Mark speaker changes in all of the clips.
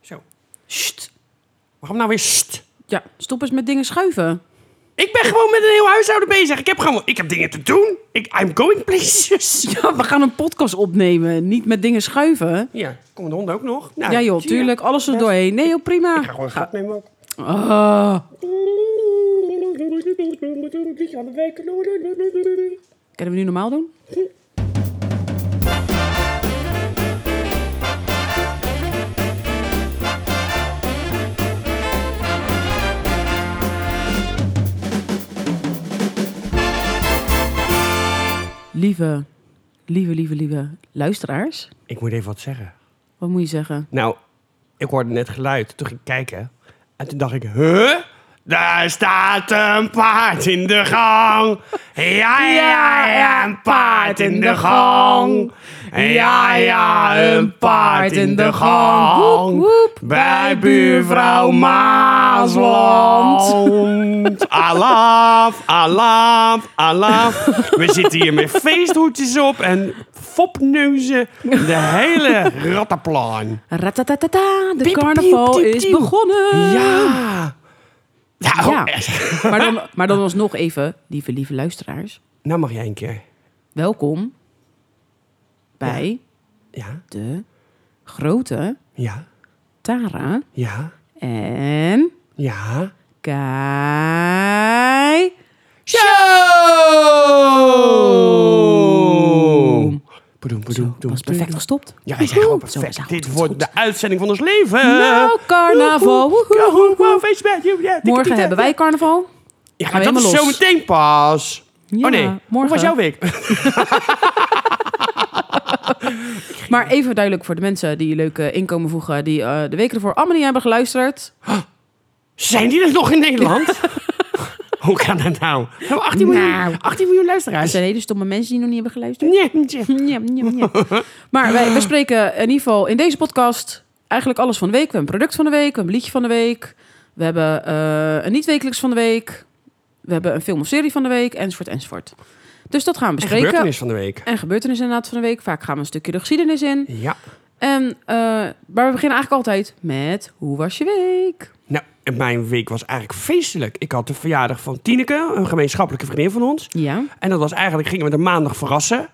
Speaker 1: Zo.
Speaker 2: Sst.
Speaker 1: Waarom nou weer st?
Speaker 2: Ja, stop eens met dingen schuiven.
Speaker 1: Ik ben gewoon met een heel huishouden bezig. Ik heb gewoon ik heb dingen te doen. Ik, I'm going places.
Speaker 2: Ja, we gaan een podcast opnemen. Niet met dingen schuiven.
Speaker 1: Ja, komen de honden ook nog? Nou,
Speaker 2: Ja joh,
Speaker 1: zie je.
Speaker 2: tuurlijk. Alles er doorheen. Nee joh, prima.
Speaker 1: Ik ga gewoon een gat nemen ook.
Speaker 2: Ah. Kunnen we nu normaal doen? Lieve, lieve, lieve, lieve luisteraars.
Speaker 1: Ik moet even wat zeggen.
Speaker 2: Wat moet je zeggen?
Speaker 1: Nou, ik hoorde net geluid. Toen ging ik kijken. En toen dacht ik, huh? Daar staat een paard in de gang. Ja, ja, ja, een paard in de gang. Ja, ja, een paard in de gang.
Speaker 2: Woep, woep.
Speaker 1: Bij buurvrouw Maasland. Alaaf, alaaf, alaaf. We zitten hier met feesthoedjes op en fopneuzen. De hele rattenplan.
Speaker 2: Ratatatata, de
Speaker 1: Piep,
Speaker 2: carnaval
Speaker 1: piep, piep,
Speaker 2: is
Speaker 1: piep.
Speaker 2: begonnen.
Speaker 1: Ja. Ja,
Speaker 2: Ja.
Speaker 1: oh, echt.
Speaker 2: Maar dan, maar dan alsnog even, lieve, lieve luisteraars.
Speaker 1: Nou mag jij een keer.
Speaker 2: Welkom bij
Speaker 1: Ja,
Speaker 2: de grote
Speaker 1: ja,
Speaker 2: Tara
Speaker 1: ja,
Speaker 2: en
Speaker 1: ja.
Speaker 2: Kai.
Speaker 1: Show! Bedoem, bedoem,
Speaker 2: Dat was perfect gestopt.
Speaker 1: Ja, wij zijn gewoon
Speaker 2: Zo, we zijn
Speaker 1: perfect.
Speaker 2: goed,
Speaker 1: Dit
Speaker 2: goed,
Speaker 1: wordt
Speaker 2: goed.
Speaker 1: de uitzending van ons leven.
Speaker 2: Nou, carnaval. woehoe.
Speaker 1: Ja, hoe- hoe- feest met je. Ja, dikke
Speaker 2: Morgen
Speaker 1: tieten.
Speaker 2: hebben wij carnaval.
Speaker 1: Ja,
Speaker 2: gaan
Speaker 1: maar
Speaker 2: we
Speaker 1: dat is
Speaker 2: helemaal
Speaker 1: zo
Speaker 2: los.
Speaker 1: meteen pas.
Speaker 2: Ja,
Speaker 1: oh nee, hoe
Speaker 2: morgen.
Speaker 1: was jouw week?
Speaker 2: Maar even duidelijk voor de mensen die leuk eh, inkomen voegen... die eh, de weken ervoor allemaal niet hebben geluisterd.
Speaker 1: Zijn die er nog in Nederland? hoe kan dat nou? We hebben 18
Speaker 2: Nou.
Speaker 1: miljoen, 18 miljoen
Speaker 2: Er
Speaker 1: luisteraars.
Speaker 2: zijn hele stomme mensen die nog niet hebben geluisterd.
Speaker 1: Nee, nee.
Speaker 2: Ja, ja, ja. Maar wij, wij spreken in ieder geval in deze podcast eigenlijk alles van de week. We hebben een product van de week, we hebben een liedje van de week. We hebben eh, een niet-wekelijks van de week. We hebben een film of serie van de week, enzovoort, enzovoort. Dus dat gaan
Speaker 1: En
Speaker 2: we bespreken.
Speaker 1: gebeurtenis van de week.
Speaker 2: En gebeurtenis inderdaad van de week. Vaak gaan we een stukje de geschiedenis in.
Speaker 1: Ja.
Speaker 2: En, eh, maar we beginnen eigenlijk altijd met... Hoe was je week?
Speaker 1: Nou, en mijn week was eigenlijk feestelijk. Ik had de verjaardag van Tineke, een gemeenschappelijke vriendin van ons.
Speaker 2: Ja.
Speaker 1: En dat was eigenlijk, gingen we de maandag verrassen.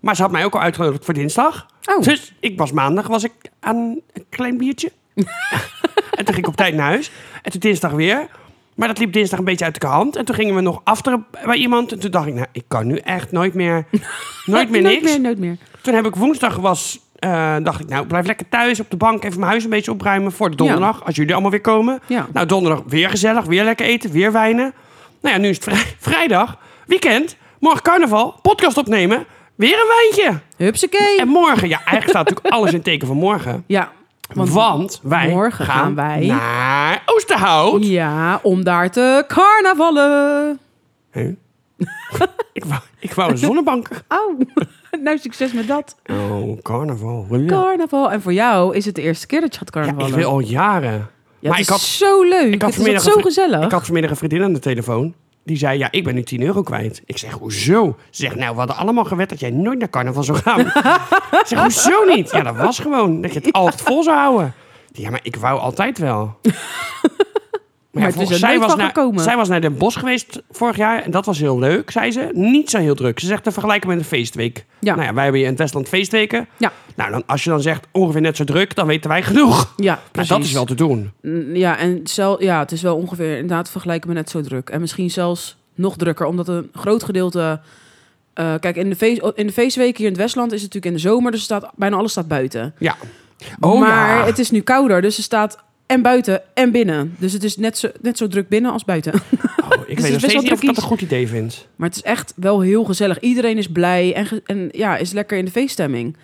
Speaker 1: Maar ze had mij ook al uitgenodigd voor dinsdag.
Speaker 2: Oh,
Speaker 1: Dus ik was maandag was ik aan een klein biertje. en toen ging ik op tijd naar huis. En toen dinsdag weer. Maar dat liep dinsdag een beetje uit de hand. En toen gingen we nog afteren bij iemand. En toen dacht ik, nou, ik kan nu echt nooit meer, nooit meer
Speaker 2: nooit
Speaker 1: niks.
Speaker 2: meer, nooit meer.
Speaker 1: Toen heb ik woensdag was, eh, dacht ik, nou, blijf lekker thuis op de bank. Even mijn huis een beetje opruimen voor de donderdag. Als jullie allemaal weer komen.
Speaker 2: Ja.
Speaker 1: Nou, donderdag weer gezellig, weer lekker eten, weer wijnen. Nou ja, nu is het vrij- vrijdag, weekend, morgen carnaval, podcast opnemen, weer een wijntje.
Speaker 2: Hupsakee.
Speaker 1: En morgen, ja, eigenlijk staat natuurlijk alles in het teken van morgen.
Speaker 2: Ja.
Speaker 1: Want, wij
Speaker 2: morgen
Speaker 1: gaan,
Speaker 2: gaan wij-
Speaker 1: naar Oosterhout.
Speaker 2: Ja, om daar te carnavallen.
Speaker 1: Hè? ik, wou, ik wou een zonnebank.
Speaker 2: Oh, nou succes met dat.
Speaker 1: Oh, carnaval.
Speaker 2: Carnaval. En voor jou is het de eerste keer dat je gaat carnavallen.
Speaker 1: ik wil al jaren.
Speaker 2: Ja,
Speaker 1: maar
Speaker 2: het
Speaker 1: ik
Speaker 2: is
Speaker 1: had
Speaker 2: zo leuk.
Speaker 1: had
Speaker 2: het is ook
Speaker 1: vanmiddag
Speaker 2: zo
Speaker 1: een vri-
Speaker 2: gezellig.
Speaker 1: Ik had vanmiddag een vriendin aan de telefoon. Die zei, ja, ik ben nu 10 euro kwijt. Ik zeg, hoezo? Ze zegt, nou, we hadden allemaal gewet dat jij nooit naar carnaval zou gaan. ik zeg, hoezo niet? Ja, dat was gewoon. Dat je het altijd vol zou houden. Ja, maar ik wou altijd wel. Maar,
Speaker 2: Maar het is er
Speaker 1: volgens- zij,
Speaker 2: nooit
Speaker 1: was
Speaker 2: van
Speaker 1: naar,
Speaker 2: gekomen.
Speaker 1: zij was naar Den Bosch geweest vorig jaar. En dat was heel leuk, zei ze. Niet zo heel druk. Ze zegt, te vergelijken met een feestweek.
Speaker 2: Ja.
Speaker 1: Nou ja, wij hebben hier in het Westland feestweken.
Speaker 2: Ja,
Speaker 1: Nou, dan, als je dan zegt ongeveer net zo druk, dan weten wij genoeg.
Speaker 2: ja
Speaker 1: Maar
Speaker 2: precies.
Speaker 1: dat is wel te doen.
Speaker 2: Mm, Ja, en zel, ja, het is wel ongeveer inderdaad vergelijken we net zo druk. En misschien zelfs nog drukker, omdat een groot gedeelte... eh, kijk, in de, feest, in de feestweken hier in het Westland is het natuurlijk in de zomer. Dus staat, bijna alles staat buiten.
Speaker 1: Ja. Oh,
Speaker 2: maar
Speaker 1: ja.
Speaker 2: het is nu kouder, dus er staat en buiten en binnen. Dus het is net zo, net zo druk binnen als buiten.
Speaker 1: Oh, ik
Speaker 2: Dus het
Speaker 1: weet
Speaker 2: is
Speaker 1: nog
Speaker 2: best
Speaker 1: steeds niet of
Speaker 2: wel
Speaker 1: ik dat
Speaker 2: tricky.
Speaker 1: een goed idee vind.
Speaker 2: Maar het is echt wel heel gezellig. Iedereen is blij en, ge- en ja, is lekker in de feeststemming.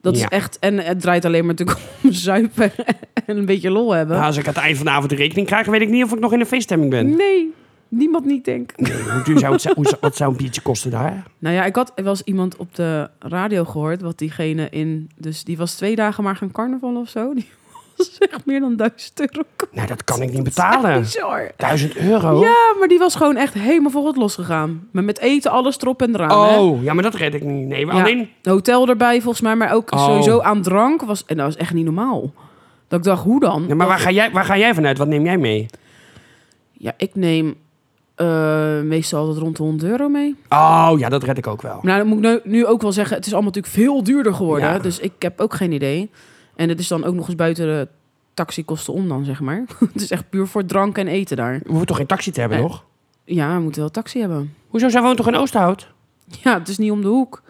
Speaker 2: Dat is
Speaker 1: Ja.
Speaker 2: echt... En het draait alleen maar natuurlijk om zuipen en een beetje lol hebben.
Speaker 1: Nou, als ik aan het eind van de avond de rekening krijg, weet ik niet of ik nog in de feeststemming ben.
Speaker 2: Nee, niemand niet, denk ik.
Speaker 1: Nee, hoe duur zou het zijn? Hoe zou- wat zou een biertje kosten daar?
Speaker 2: Nou ja, ik had wel eens iemand op de radio gehoord... wat diegene in... Dus die was twee dagen maar gaan carnaval of zo. Die was echt meer dan duizend euro.
Speaker 1: Nou, dat kan ik niet betalen.
Speaker 2: Bizar.
Speaker 1: Duizend euro?
Speaker 2: Ja, maar die was gewoon echt helemaal voor het los gegaan. Maar met eten, alles erop en eraan. hè.
Speaker 1: Oh, ja, maar dat red ik niet. Nee, maar
Speaker 2: Ja,
Speaker 1: alleen...
Speaker 2: hotel erbij volgens mij, maar ook
Speaker 1: Oh.
Speaker 2: sowieso aan drank was en dat was echt niet normaal. Dat ik dacht, hoe dan?
Speaker 1: Ja, maar waar ga, jij, waar ga jij vanuit? Wat neem jij mee?
Speaker 2: Ja, ik neem eh, meestal altijd rond de 100 euro mee.
Speaker 1: Oh, ja, dat red ik ook wel.
Speaker 2: Nou, dat moet ik nu, nu ook wel zeggen. Het is allemaal natuurlijk veel duurder geworden.
Speaker 1: Ja.
Speaker 2: Dus ik heb ook geen idee. En het is dan ook nog eens buiten de taxikosten om dan, zeg maar. het is echt puur voor drank en eten daar.
Speaker 1: We hoeven toch geen taxi te hebben
Speaker 2: Nee.
Speaker 1: nog?
Speaker 2: Ja, we moeten wel taxi hebben.
Speaker 1: Hoezo, zij woont toch in Oosterhout?
Speaker 2: Ja, het is niet om de hoek.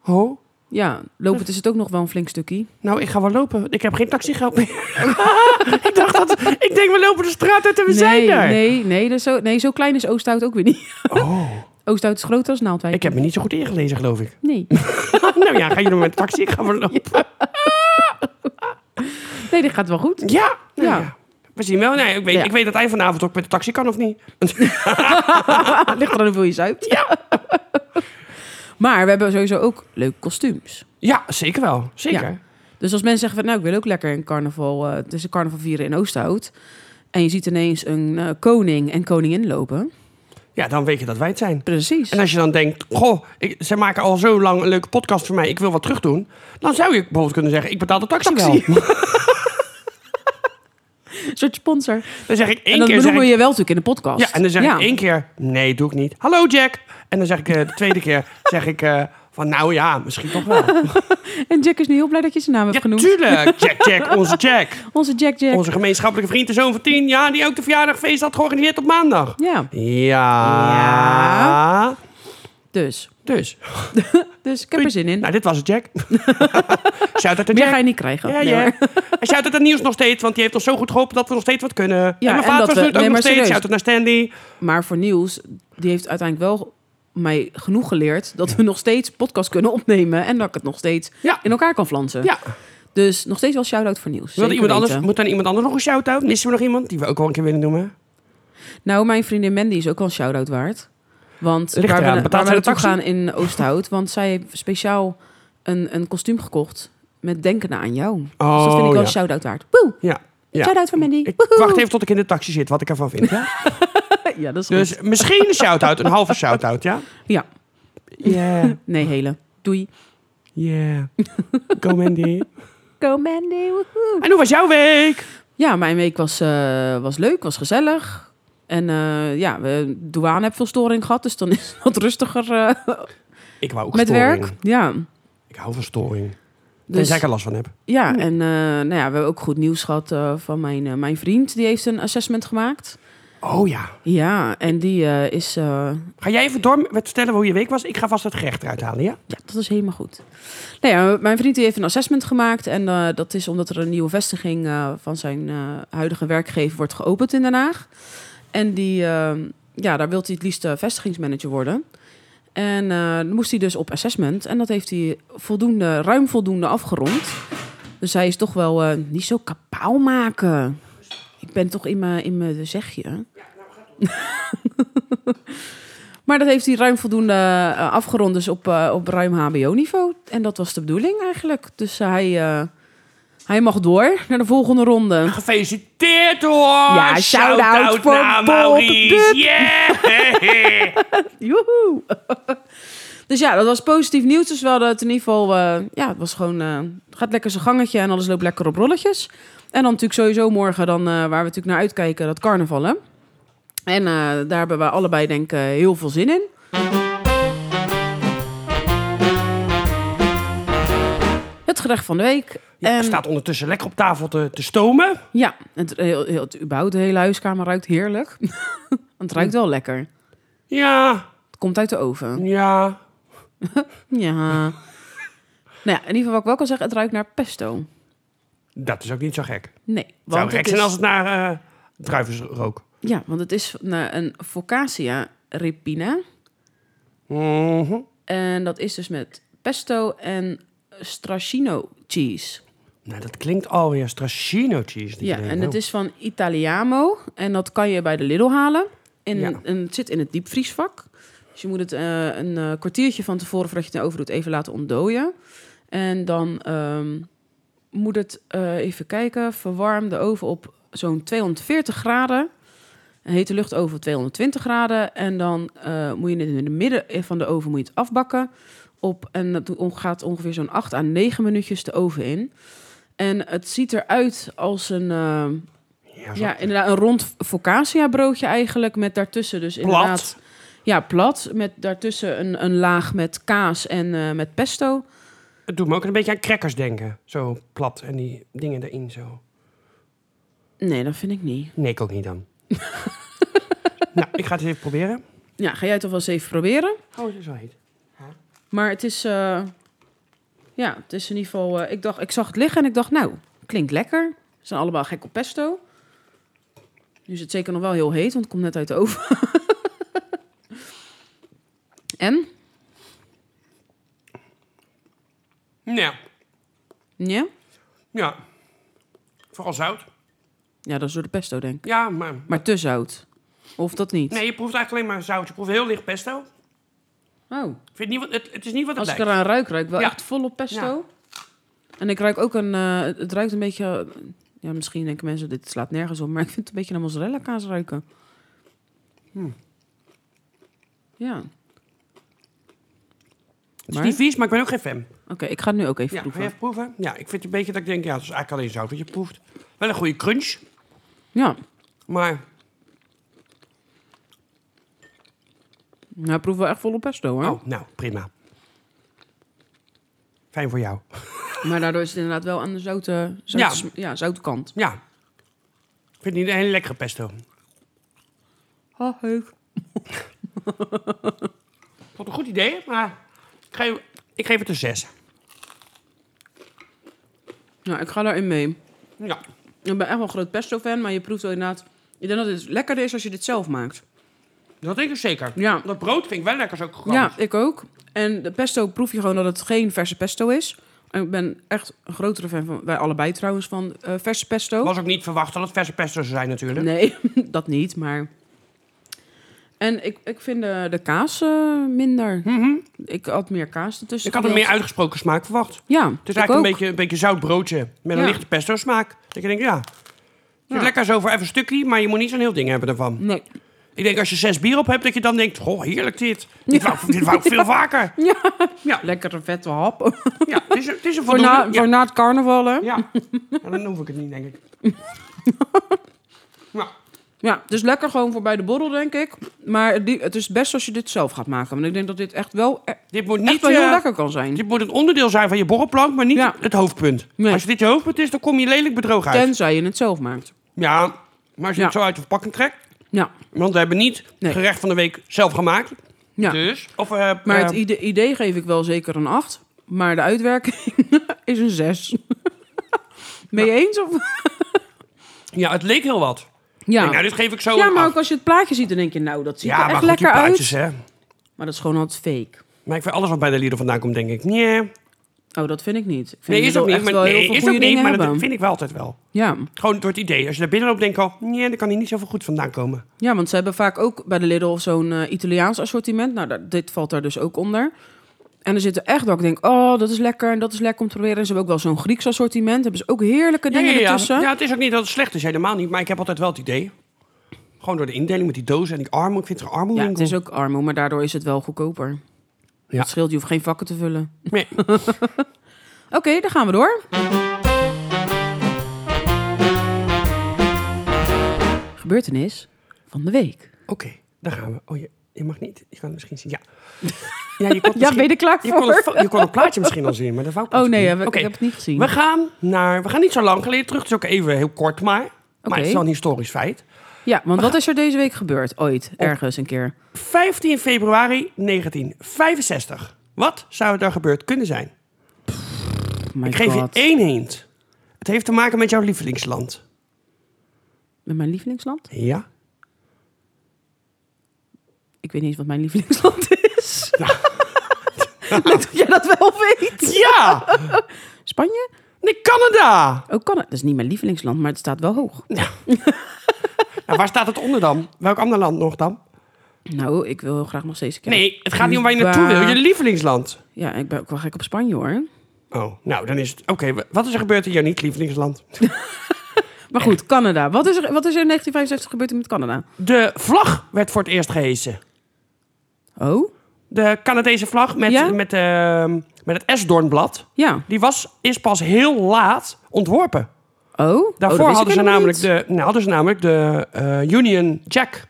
Speaker 1: Ho?
Speaker 2: Ja, lopend is het ook nog wel een flink stukje.
Speaker 1: Nou, ik ga wel lopen. Ik heb geen taxigeld meer. ik dacht dat... Ik denk, we lopen de straat uit en we zijn
Speaker 2: nee,
Speaker 1: er.
Speaker 2: nee, nee, dat is zo, nee, zo klein is Oosthout ook weer niet.
Speaker 1: Oh,
Speaker 2: Oosthout is groter als Naaldwijk.
Speaker 1: ik heb me niet zo goed ingelezen, geloof ik.
Speaker 2: Nee.
Speaker 1: nou ja, ga jullie met de taxi? Ik ga wel lopen.
Speaker 2: nee, dit gaat wel goed.
Speaker 1: Ja, nou
Speaker 2: Ja.
Speaker 1: ja. We zien wel. Nee, ik weet,
Speaker 2: Ja.
Speaker 1: ik weet dat eind van de avond ook met de taxi kan of niet. Ah,
Speaker 2: Ligt er aan hoeveel je zuipt. Ja. maar we hebben sowieso ook leuke kostuums.
Speaker 1: Ja, zeker wel. Zeker.
Speaker 2: Ja. Dus als mensen zeggen van, nou, ik wil ook lekker een carnaval, eh, dus een carnaval vieren in Oosthout. En je ziet ineens een eh, koning en koningin lopen.
Speaker 1: Ja, dan weet je dat wij het zijn.
Speaker 2: Precies.
Speaker 1: En als je dan denkt, goh, ik, zij maken al zo lang een leuke podcast voor mij, ik wil wat terug doen. Dan zou je bijvoorbeeld kunnen zeggen, ik betaal de taxi,
Speaker 2: Taxi.
Speaker 1: wel.
Speaker 2: Een soort sponsor.
Speaker 1: Dan zeg ik één
Speaker 2: en dan
Speaker 1: keer... zeg
Speaker 2: benoemen
Speaker 1: ik-
Speaker 2: we je wel natuurlijk in de podcast.
Speaker 1: Ja, en dan zeg ik één keer, nee, doe ik niet. Hallo Jack. En dan zeg ik eh, de tweede keer, zeg ik eh, van nou ja, misschien toch wel.
Speaker 2: En Jack is nu heel blij dat je zijn naam hebt
Speaker 1: Ja,
Speaker 2: genoemd.
Speaker 1: tuurlijk. Jack, Jack, onze Jack.
Speaker 2: Onze Jack Jack.
Speaker 1: Onze gemeenschappelijke vriend, de zoon van tien jaar, die ook de verjaardagfeest had georganiseerd op maandag.
Speaker 2: Ja,
Speaker 1: Ja.
Speaker 2: Ja. dus.
Speaker 1: Dus.
Speaker 2: Dus ik heb er zin in.
Speaker 1: Nou, dit was het, Jack. Shout out aan
Speaker 2: Meer
Speaker 1: Jack.
Speaker 2: ga je niet krijgen.
Speaker 1: Ja,
Speaker 2: Nee,
Speaker 1: ja.
Speaker 2: hoor.
Speaker 1: En shout out aan Niels nog steeds, want die heeft ons zo goed geholpen dat we nog steeds wat kunnen. en mijn
Speaker 2: en
Speaker 1: vader
Speaker 2: dat we-
Speaker 1: doet ook
Speaker 2: nee,
Speaker 1: nog
Speaker 2: maar
Speaker 1: steeds.
Speaker 2: serieus.
Speaker 1: Shout out naar Stanley.
Speaker 2: Maar voor Niels, die heeft uiteindelijk wel mij genoeg geleerd dat we nog steeds podcast kunnen opnemen en dat ik het nog steeds
Speaker 1: Ja.
Speaker 2: in elkaar kan flansen.
Speaker 1: Ja.
Speaker 2: Dus nog steeds wel shout-out voor Niels.
Speaker 1: Wil
Speaker 2: Zeker
Speaker 1: iemand anders,
Speaker 2: weten.
Speaker 1: moet dan iemand anders nog een shout-out? Missen we nog iemand die we ook wel een keer willen noemen?
Speaker 2: Nou, mijn vriendin Mandy is ook wel een shout-out waard. Want
Speaker 1: Ligt
Speaker 2: waar
Speaker 1: eraan,
Speaker 2: we,
Speaker 1: betaalt
Speaker 2: waar we
Speaker 1: zij de
Speaker 2: naartoe
Speaker 1: taxi?
Speaker 2: gaan in Oosthout, want zij heeft speciaal een, een kostuum gekocht met denken aan jou. dus dat vind ik wel een
Speaker 1: Oh, ja.
Speaker 2: shout-out waard. Woe!
Speaker 1: Ja. ja.
Speaker 2: Shout-out voor Mandy.
Speaker 1: Ik
Speaker 2: Woehoe!
Speaker 1: wacht even tot ik in de taxi zit, wat ik ervan vind. Ja?
Speaker 2: ja, dat is goed.
Speaker 1: Dus misschien een shout-out, een halve shout-out, ja?
Speaker 2: Ja.
Speaker 1: Yeah,
Speaker 2: Nee, hele. Doei.
Speaker 1: yeah. Go Mandy.
Speaker 2: Go Mandy. woehoe.
Speaker 1: En hoe was jouw week?
Speaker 2: Ja, mijn week was, eh, was leuk, was gezellig. En eh, ja, we, douane heeft veel storing gehad, dus dan is het wat rustiger eh,
Speaker 1: Ik wou ook
Speaker 2: met
Speaker 1: storing. Dus
Speaker 2: werk. Ja,
Speaker 1: Ik hou van storing.
Speaker 2: dus,
Speaker 1: Tenzij ik er last van heb.
Speaker 2: ja en eh, nou ja, we hebben ook goed nieuws gehad eh, van mijn, eh, mijn vriend. Die heeft een assessment gemaakt.
Speaker 1: Oh ja.
Speaker 2: Ja, en die eh, is... eh,
Speaker 1: Ga jij even door met vertellen hoe je week was? Ik ga vast het gerecht eruit halen, ja?
Speaker 2: ja, dat is helemaal goed. Nou ja, mijn vriend die heeft een assessment gemaakt. En eh, dat is omdat er een nieuwe vestiging eh, van zijn eh, huidige werkgever wordt geopend in Den Haag. En die, eh, ja, daar wil hij het liefst eh, vestigingsmanager worden. En eh, dan moest hij dus op assessment. En dat heeft hij voldoende, ruim voldoende afgerond. Dus hij is toch wel eh, niet zo kapaal maken. Ik ben toch in mijn, in mijn zegje. Maar dat heeft hij ruim voldoende eh, afgerond, dus op, eh, op ruim HBO-niveau. En dat was de bedoeling eigenlijk. Dus hij, eh, hij mag door naar de volgende ronde.
Speaker 1: Gefeliciteerd hoor!
Speaker 2: Ja, shout-out
Speaker 1: Shout-out
Speaker 2: voor
Speaker 1: naar
Speaker 2: Bob
Speaker 1: Maurice.
Speaker 2: Duk.
Speaker 1: Yeah!
Speaker 2: Joehoe! dus ja, dat was positief nieuws. Dus we hadden het in ieder geval... eh, ja, het was gewoon... eh, het gaat lekker zijn gangetje en alles loopt lekker op rolletjes. En dan natuurlijk sowieso morgen, dan, eh, waar we natuurlijk naar uitkijken, dat carnaval, hè? En eh, daar hebben we allebei denk ik eh, heel veel zin in. Het gerecht van de week.
Speaker 1: Ja,
Speaker 2: En-
Speaker 1: staat ondertussen lekker op tafel te, te stomen.
Speaker 2: Ja, het, eh, heel, heel, het, überhaupt de hele huiskamer ruikt heerlijk. Want het ruikt wel lekker.
Speaker 1: Ja,
Speaker 2: Het komt uit de oven.
Speaker 1: ja.
Speaker 2: Ja. nou ja, in ieder geval wat ik wel kan zeggen, het ruikt naar pesto.
Speaker 1: Dat is ook niet zo gek.
Speaker 2: Nee,
Speaker 1: Het zou
Speaker 2: want
Speaker 1: gek
Speaker 2: het
Speaker 1: zijn
Speaker 2: is,
Speaker 1: als het naar eh druivensrook.
Speaker 2: ja, want het is naar een focaccia repina.
Speaker 1: Mhm.
Speaker 2: En dat is dus met pesto en stracchino cheese.
Speaker 1: Nou, dat klinkt alweer stracchino cheese.
Speaker 2: Ja, en
Speaker 1: nou.
Speaker 2: het is van Italiano. En dat kan je bij de Lidl halen. In,
Speaker 1: Ja.
Speaker 2: en het zit in het diepvriesvak. Dus je moet het eh, een eh, kwartiertje van tevoren, voordat je het over doet, even laten ontdooien. En dan ehm, moet het, eh, even kijken, verwarm de oven op zo'n 240 graden. En hete lucht over op 220 graden. En dan eh, moet je het in het midden van de oven moet je het afbakken. Op, en dat gaat ongeveer zo'n 8 à 9 minuutjes de oven in. En het ziet eruit als een, eh,
Speaker 1: Ja, zo
Speaker 2: ja, inderdaad, een rond focaccia broodje eigenlijk. Met daartussen dus inderdaad...
Speaker 1: plat.
Speaker 2: Ja, plat. Met daartussen een, een laag met kaas en eh, met pesto.
Speaker 1: Het doet me ook een beetje aan crackers denken. Zo plat en die dingen erin zo.
Speaker 2: Nee, dat vind ik niet.
Speaker 1: Nee, ik ook niet dan. nou, ik ga het even proberen.
Speaker 2: Ja, ga jij toch wel eens even proberen?
Speaker 1: Oh, het is wel heet.
Speaker 2: Maar het is... eh, ja, het is in ieder geval... eh, ik, dacht, ik zag het liggen en ik dacht, nou, klinkt lekker. Ze zijn allemaal gek op pesto. Nu is het zeker nog wel heel heet, want het komt net uit de oven. en?
Speaker 1: Ja,
Speaker 2: Ja?
Speaker 1: ja. Vooral zout.
Speaker 2: Ja, dat is door de pesto, denk ik.
Speaker 1: Ja, maar...
Speaker 2: Maar te zout. Of dat niet?
Speaker 1: Nee, je proeft eigenlijk alleen maar zout. Je proeft heel licht pesto.
Speaker 2: Oh.
Speaker 1: Ik vind niet wat, het, het is niet wat het
Speaker 2: Als ik
Speaker 1: lijkt.
Speaker 2: eraan ruik, ruik ik wel
Speaker 1: Ja.
Speaker 2: echt volop pesto. En ik ruik ook een... eh, het ruikt een beetje... Ja, misschien denken mensen, dit slaat nergens op. Maar ik vind het een beetje naar mozzarella kaas ruiken. Ja.
Speaker 1: Het is
Speaker 2: Maar-
Speaker 1: niet vies, maar ik ben ook geen fan.
Speaker 2: Oké, ik ga het nu ook even
Speaker 1: Ja, ga
Speaker 2: proeven.
Speaker 1: je even proeven? Ja, ik vind het een beetje dat ik denk, ja, het is eigenlijk alleen zout dat je proeft. Wel een goede crunch,
Speaker 2: Ja.
Speaker 1: maar
Speaker 2: Nou, ik proef wel echt volop pesto, hoor.
Speaker 1: oh, nou, prima. Fijn voor jou.
Speaker 2: Maar daardoor is het inderdaad wel aan de zoute,
Speaker 1: Ja.
Speaker 2: zoute, sm- ja. zoute kant.
Speaker 1: Ja. Ik vind het niet een hele lekkere pesto.
Speaker 2: Oh, leuk.
Speaker 1: Ik vond het een goed idee, maar ik geef, ik geef het een 6.
Speaker 2: Nou, ik ga daarin mee.
Speaker 1: Ja.
Speaker 2: Ik ben echt wel een groot pesto-fan, maar je proeft wel inderdaad... Ik denk dat het lekkerder is als je dit zelf maakt.
Speaker 1: Dat denk ik zeker.
Speaker 2: Ja.
Speaker 1: Dat brood vind ik wel lekker zo gekomen.
Speaker 2: Ja, ik ook. En de pesto proef je gewoon dat het geen verse pesto is. En ik ben echt een grotere fan van, wij allebei trouwens, van eh, verse pesto.
Speaker 1: Was ook niet verwacht dat het verse pesto zou zijn natuurlijk.
Speaker 2: Nee, dat niet, maar... En ik, ik vind de, de kaas eh, minder. Ik had meer kaas
Speaker 1: Mhm.
Speaker 2: ertussen.
Speaker 1: Ik had een meer
Speaker 2: gewild.
Speaker 1: uitgesproken smaak verwacht.
Speaker 2: Ja,
Speaker 1: Het is
Speaker 2: ik
Speaker 1: eigenlijk
Speaker 2: ook.
Speaker 1: een beetje, een beetje zout broodje met een
Speaker 2: Ja.
Speaker 1: lichte pesto smaak. Dat je denkt, ja, het zit
Speaker 2: Ja.
Speaker 1: lekker zo voor even een stukje, maar je moet niet zo'n heel ding hebben daarvan.
Speaker 2: Nee.
Speaker 1: Ik denk als je zes bier op hebt, dat je dan denkt, goh, heerlijk dit. Dit, wou, dit wou ik veel vaker.
Speaker 2: Lekkere vette hap.
Speaker 1: Ja, het is, een- het is een
Speaker 2: voor, na,
Speaker 1: voldoende.
Speaker 2: voor na het carnaval, hè? Ja.
Speaker 1: Ja. Ja. Ja, dan hoef ik het niet, denk ik. Nou,
Speaker 2: het is lekker gewoon voor bij de borrel, denk ik. Maar die, het is best als je dit zelf gaat maken. Want ik denk dat dit echt wel, e- echt
Speaker 1: dit moet niet...
Speaker 2: wel heel
Speaker 1: eh,
Speaker 2: lekker kan zijn.
Speaker 1: dit moet een onderdeel zijn van je borrelplank, maar niet
Speaker 2: Ja.
Speaker 1: het hoofdpunt.
Speaker 2: Nee.
Speaker 1: Als dit je hoofdpunt is, dan kom je lelijk bedroog uit.
Speaker 2: Tenzij je het zelf maakt.
Speaker 1: Ja, maar als je
Speaker 2: Ja.
Speaker 1: het zo uit de verpakking trekt...
Speaker 2: Ja.
Speaker 1: Want we hebben niet
Speaker 2: Nee.
Speaker 1: gerecht van de week zelf gemaakt.
Speaker 2: ja.
Speaker 1: Dus, of, eh,
Speaker 2: Maar
Speaker 1: eh,
Speaker 2: het ide- idee geef ik wel zeker een 8. Maar de uitwerking is een 6. Ben je
Speaker 1: Nou.
Speaker 2: eens? Of?
Speaker 1: ja, het leek heel wat. Ik denk,
Speaker 2: Ja.
Speaker 1: nou, dit geef ik zo
Speaker 2: ja,
Speaker 1: een
Speaker 2: maar
Speaker 1: acht.
Speaker 2: ook als je het plaatje ziet, dan denk je, nou, dat ziet
Speaker 1: ja,
Speaker 2: er echt
Speaker 1: maar goed, die
Speaker 2: lekker
Speaker 1: plaatjes,
Speaker 2: uit.
Speaker 1: hè.
Speaker 2: Maar dat is gewoon altijd fake.
Speaker 1: Maar ik vind alles wat bij de lieder vandaan komt, denk ik, nee.
Speaker 2: Oh, dat vind ik niet. Ik vind
Speaker 1: Nee, is
Speaker 2: dat
Speaker 1: ook
Speaker 2: we
Speaker 1: niet.
Speaker 2: echt
Speaker 1: Maar,
Speaker 2: wel heel
Speaker 1: nee,
Speaker 2: veel
Speaker 1: is
Speaker 2: goede
Speaker 1: ook niet,
Speaker 2: dingen
Speaker 1: maar dat
Speaker 2: hebben.
Speaker 1: vind ik wel altijd wel.
Speaker 2: Ja.
Speaker 1: Gewoon door het idee. Als je daar binnen loopt, denk ik al, nee, daar kan hij niet zoveel goed vandaan komen.
Speaker 2: ja, want ze hebben vaak ook bij de Lidl zo'n eh, Italiaans assortiment. Nou, daar- dit valt daar dus ook onder. En er zitten echt wel, ik denk, oh, dat is lekker en dat is lekker om te proberen. En ze hebben ook wel zo'n Grieks assortiment. Hebben ze ook heerlijke dingen
Speaker 1: ja.
Speaker 2: ertussen.
Speaker 1: ja, het is ook niet dat het slecht is, helemaal niet. Maar ik heb altijd wel het idee. Gewoon door de indeling met die dozen en die armen. Ik vind het een
Speaker 2: Ja,
Speaker 1: armoewinkel.
Speaker 2: het is ook armoe, maar daardoor is het wel goedkoper.
Speaker 1: Ja.
Speaker 2: Het scheelt, je hoeft geen vakken te vullen.
Speaker 1: Nee.
Speaker 2: Oké, dan gaan we door. Gebeurtenis van de week.
Speaker 1: Oké, daar gaan we. Oh, je, je mag niet. Je kan het misschien zien. Ja, ja, je kon het
Speaker 2: Ja,
Speaker 1: misschien-
Speaker 2: ben je er klaar
Speaker 1: Je kon, het,
Speaker 2: voor?
Speaker 1: va- je kon het plaatje misschien al zien, maar dat wou ik
Speaker 2: Oh
Speaker 1: niet.
Speaker 2: nee, ja, we-
Speaker 1: Oké,
Speaker 2: ik heb het niet gezien.
Speaker 1: We gaan naar... We gaan niet zo lang geleden terug. Het is ook even heel kort maar. Maar
Speaker 2: Oké.
Speaker 1: het is wel een historisch feit.
Speaker 2: Ja, want wat is er deze week gebeurd? Ooit, ergens een keer.
Speaker 1: 15 februari 1965. Wat zou er daar gebeurd kunnen zijn?
Speaker 2: Oh my
Speaker 1: Ik geef je
Speaker 2: God.
Speaker 1: één hint. Het heeft te maken met jouw lievelingsland.
Speaker 2: Met mijn lievelingsland?
Speaker 1: Ja?
Speaker 2: Ik weet niet eens wat mijn lievelingsland is. Leuk dat jij dat wel weet.
Speaker 1: Ja!
Speaker 2: Spanje?
Speaker 1: Nee, Canada!
Speaker 2: Ook kan het. Dat is niet mijn lievelingsland, maar het staat wel hoog.
Speaker 1: Nou, waar staat het onder dan? Welk ander land nog dan?
Speaker 2: Nou, ik wil heel graag nog steeds een keer.
Speaker 1: Nee, het gaat niet om waar je naartoe wil. Je lievelingsland.
Speaker 2: Ja, ik ben ook wel gek op Spanje hoor.
Speaker 1: Oh, nou, dan is het... Oké, w- wat is er gebeurd in jouw niet-lievelingsland?
Speaker 2: Maar goed, Canada. Wat is er, wat is er in 1965 gebeurd met Canada?
Speaker 1: De vlag werd voor het eerst gehesen.
Speaker 2: Oh?
Speaker 1: De Canadese vlag met,
Speaker 2: Ja?
Speaker 1: met, ehm, met het esdoornblad.
Speaker 2: Ja.
Speaker 1: Die was, is pas heel laat ontworpen.
Speaker 2: Oh.
Speaker 1: Daarvoor
Speaker 2: oh, dat wist ik
Speaker 1: hadden, ze
Speaker 2: helemaal
Speaker 1: namelijk
Speaker 2: niet.
Speaker 1: de, nou, hadden ze namelijk de eh, Union Jack.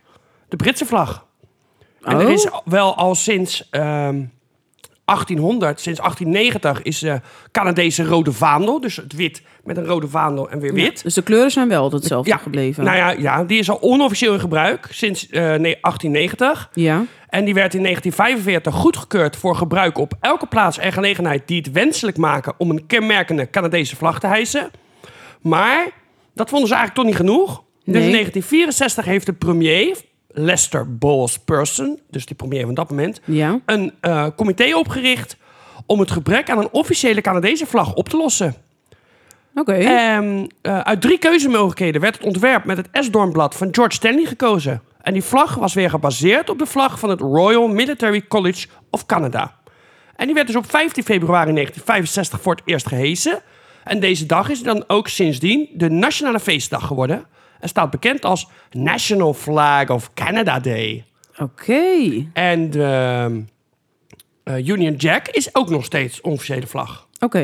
Speaker 1: De Britse vlag. En er
Speaker 2: Oh.
Speaker 1: is wel al sinds ehm, 1800, sinds 1890 is de Canadese rode vaandel. Dus het wit met een rode vaandel en weer wit.
Speaker 2: Dus de kleuren zijn wel altijd hetzelfde
Speaker 1: Ja,
Speaker 2: gebleven.
Speaker 1: Nou ja, ja, die is al onofficieel in gebruik sinds eh, nee, 1890.
Speaker 2: ja.
Speaker 1: En die werd in 1945 goedgekeurd voor gebruik op elke plaats en gelegenheid die het wenselijk maken om een kenmerkende Canadese vlag te hijsen. Maar dat vonden ze eigenlijk toch niet genoeg. Dus
Speaker 2: Nee.
Speaker 1: in 1964 heeft de premier, Lester Bowles Person, dus die premier van dat moment,
Speaker 2: Ja.
Speaker 1: een eh, comité opgericht om het gebrek aan een officiële Canadese vlag op te lossen.
Speaker 2: Oké.
Speaker 1: Ehm, eh, uit drie keuzemogelijkheden werd het ontwerp met het Esdoornblad van George Stanley gekozen. En die vlag was weer gebaseerd op de vlag van het Royal Military College of Canada. En die werd dus op 15 februari 1965 voor het eerst gehesen. En deze dag is dan ook sindsdien de Nationale Feestdag geworden. En staat bekend als National Flag of Canada Day.
Speaker 2: Oké.
Speaker 1: En de ehm, eh, Union Jack is ook nog steeds onofficiële vlag.
Speaker 2: Oké.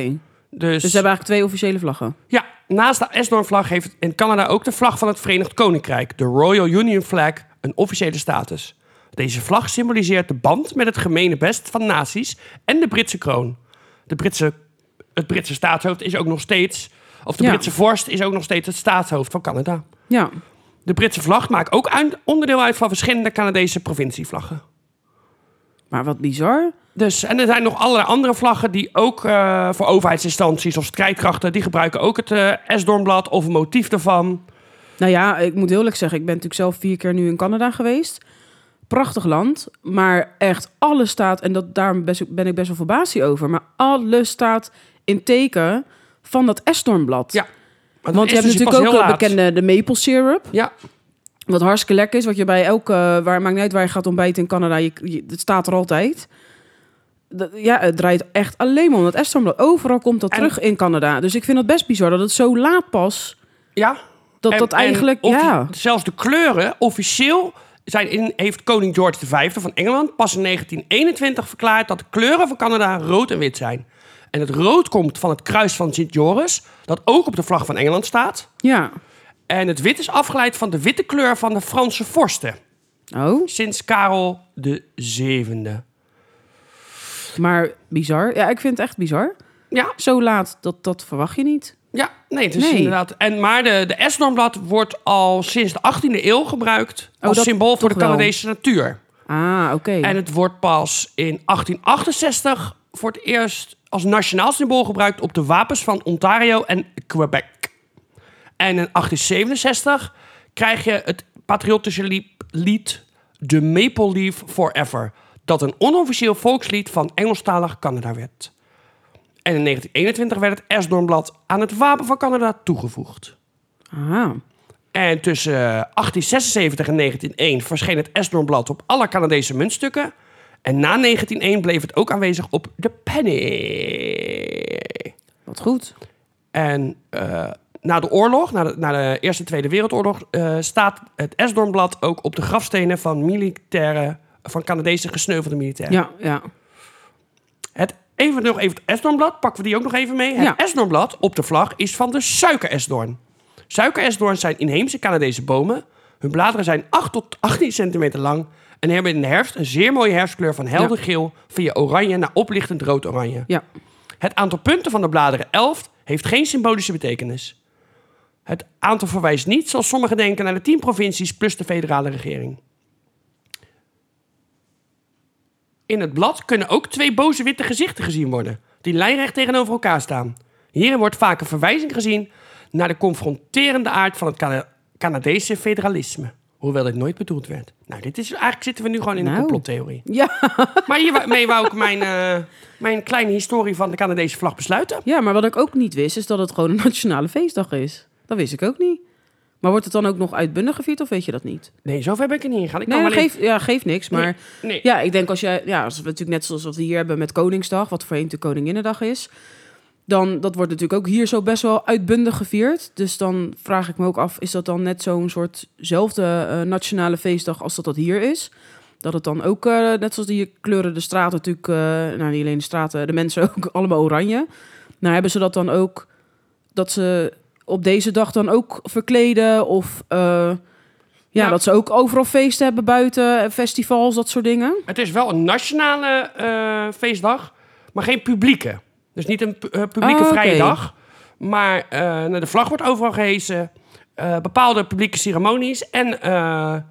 Speaker 1: Dus,
Speaker 2: Dus ze hebben eigenlijk twee officiële vlaggen.
Speaker 1: ja, naast de Esdoorn-vlag heeft in Canada ook de vlag van het Verenigd Koninkrijk, de Royal Union Flag, een officiële status. Deze vlag symboliseert de band met het gemene best van naties en de Britse kroon. De Britse, het Britse staatshoofd is ook nog steeds, of de
Speaker 2: Ja.
Speaker 1: Britse vorst is ook nog steeds het staatshoofd van Canada.
Speaker 2: Ja.
Speaker 1: De Britse vlag maakt ook uit- onderdeel uit van verschillende Canadese provincievlaggen.
Speaker 2: Maar wat bizar.
Speaker 1: Dus, en er zijn nog allerlei andere vlaggen die ook eh, voor overheidsinstanties of strijdkrachten, die gebruiken ook het eh Esdoornblad of een motief daarvan.
Speaker 2: Nou ja, ik moet heel eerlijk zeggen, ik ben natuurlijk zelf vier keer nu in Canada geweest. Prachtig land, maar echt alles staat, en dat, daar ben ik best wel verbaasd over, maar alles staat in teken van dat estormblad.
Speaker 1: Ja. Maar
Speaker 2: Want je
Speaker 1: dat
Speaker 2: hebt
Speaker 1: is dus
Speaker 2: natuurlijk ook
Speaker 1: pas
Speaker 2: wel
Speaker 1: heel laat.
Speaker 2: bekende de maple syrup,
Speaker 1: Ja,
Speaker 2: wat hartstikke lekker is, wat je bij elke, waar, maakt niet uit waar je gaat ontbijten in Canada, je, je- het staat er altijd. Dat- ja, het draait echt alleen maar om dat estormblad. Overal komt dat
Speaker 1: En-
Speaker 2: terug in Canada. Dus ik vind het best bizar dat het zo laat pas,
Speaker 1: ja.
Speaker 2: dat
Speaker 1: En-
Speaker 2: dat
Speaker 1: en
Speaker 2: eigenlijk,
Speaker 1: offi-
Speaker 2: ja.
Speaker 1: Zelfs de kleuren officieel zijn in, heeft koning George V van Engeland pas in 1921 verklaard dat de kleuren van Canada rood en wit zijn. En het rood komt van het kruis van Sint Joris, dat ook op de vlag van Engeland staat.
Speaker 2: Ja.
Speaker 1: En het wit is afgeleid van de witte kleur van de Franse vorsten
Speaker 2: Oh.
Speaker 1: sinds Karel de Zevende.
Speaker 2: Maar bizar. Ja, ik vind het echt bizar.
Speaker 1: Ja,
Speaker 2: Zo laat, dat, dat verwacht je niet.
Speaker 1: ja, nee, het is
Speaker 2: Nee.
Speaker 1: inderdaad. En, maar de, de S-normblad wordt al sinds de 18e eeuw gebruikt
Speaker 2: Oh,
Speaker 1: als
Speaker 2: dat
Speaker 1: symbool voor de
Speaker 2: toch wel.
Speaker 1: Canadese natuur.
Speaker 2: Ah, oké.
Speaker 1: En het wordt pas in 1868 voor het eerst als nationaal symbool gebruikt op de wapens van Ontario en Quebec. En in 1867 krijg je het patriotische lied, lied The Maple Leaf Forever, dat een onofficieel volkslied van Engelstalig Canada werd. En in 1921 werd het Esdoornblad aan het wapen van Canada toegevoegd.
Speaker 2: Ah,
Speaker 1: En tussen eh, 1876 en 1901 verscheen het Esdoornblad op alle Canadese muntstukken. En na 1901 bleef het ook aanwezig op de penny.
Speaker 2: wat goed.
Speaker 1: En eh, na de oorlog, na de, na de Eerste en Tweede Wereldoorlog, eh, staat het Esdoornblad ook op de grafstenen van militairen, van Canadese gesneuvelde militairen.
Speaker 2: Ja, ja.
Speaker 1: Het, even nog even het esdoornblad, pakken we die ook nog even mee. Het
Speaker 2: Ja.
Speaker 1: esdoornblad op de vlag is van de suikeresdoorn. Suikeresdoorns zijn inheemse Canadese bomen. Hun bladeren zijn 8 tot 18 centimeter lang en hebben in de herfst een zeer mooie herfstkleur van helder geel via oranje naar oplichtend rood-oranje.
Speaker 2: Ja.
Speaker 1: Het aantal punten van de bladeren 11 heeft geen symbolische betekenis. Het aantal verwijst niet, zoals sommigen denken, naar de 10 provincies plus de federale regering. In het blad kunnen ook twee boze witte gezichten gezien worden, die lijnrecht tegenover elkaar staan. Hierin wordt vaak een verwijzing gezien naar de confronterende aard van het Cana- Canadese federalisme. Hoewel dit nooit bedoeld werd. Nou, dit is, eigenlijk zitten we nu gewoon in een
Speaker 2: Nou.
Speaker 1: complottheorie.
Speaker 2: Ja.
Speaker 1: Maar hiermee wou ik mijn, eh, mijn kleine historie van de Canadese vlag besluiten.
Speaker 2: ja, maar wat ik ook niet wist, is dat het gewoon een nationale feestdag is. Dat wist ik ook niet. Maar wordt het dan ook nog uitbundig gevierd of weet je dat niet?
Speaker 1: Nee, zover ben ik er niet ingegaan. Ik
Speaker 2: Nee,
Speaker 1: kan
Speaker 2: dat
Speaker 1: wel even-
Speaker 2: geeft, ja, geeft niks. Maar
Speaker 1: Nee, nee.
Speaker 2: ja, ik denk als je... Ja, als we natuurlijk net zoals wat we hier hebben met Koningsdag... wat voorheen de Koninginnedag is... dan dat wordt natuurlijk ook hier zo best wel uitbundig gevierd. Dus dan vraag ik me ook af... is dat dan net zo'n soortzelfde eh, nationale feestdag als dat dat hier is? Dat het dan ook, eh, net zoals die kleuren de straten natuurlijk, eh, nou niet alleen de straten, de mensen ook allemaal oranje. Nou hebben ze dat dan ook, dat ze op deze dag dan ook verkleden of eh, ja,
Speaker 1: Ja.
Speaker 2: dat ze ook overal feesten hebben buiten, eh, festivals, dat soort dingen.
Speaker 1: Het is wel een nationale eh, feestdag, maar geen publieke. Dus niet een pu- eh, publieke
Speaker 2: Ah, oké.
Speaker 1: vrije dag. Maar eh, nou, de vlag wordt overal gehezen. eh, bepaalde publieke ceremonies en eh, eh,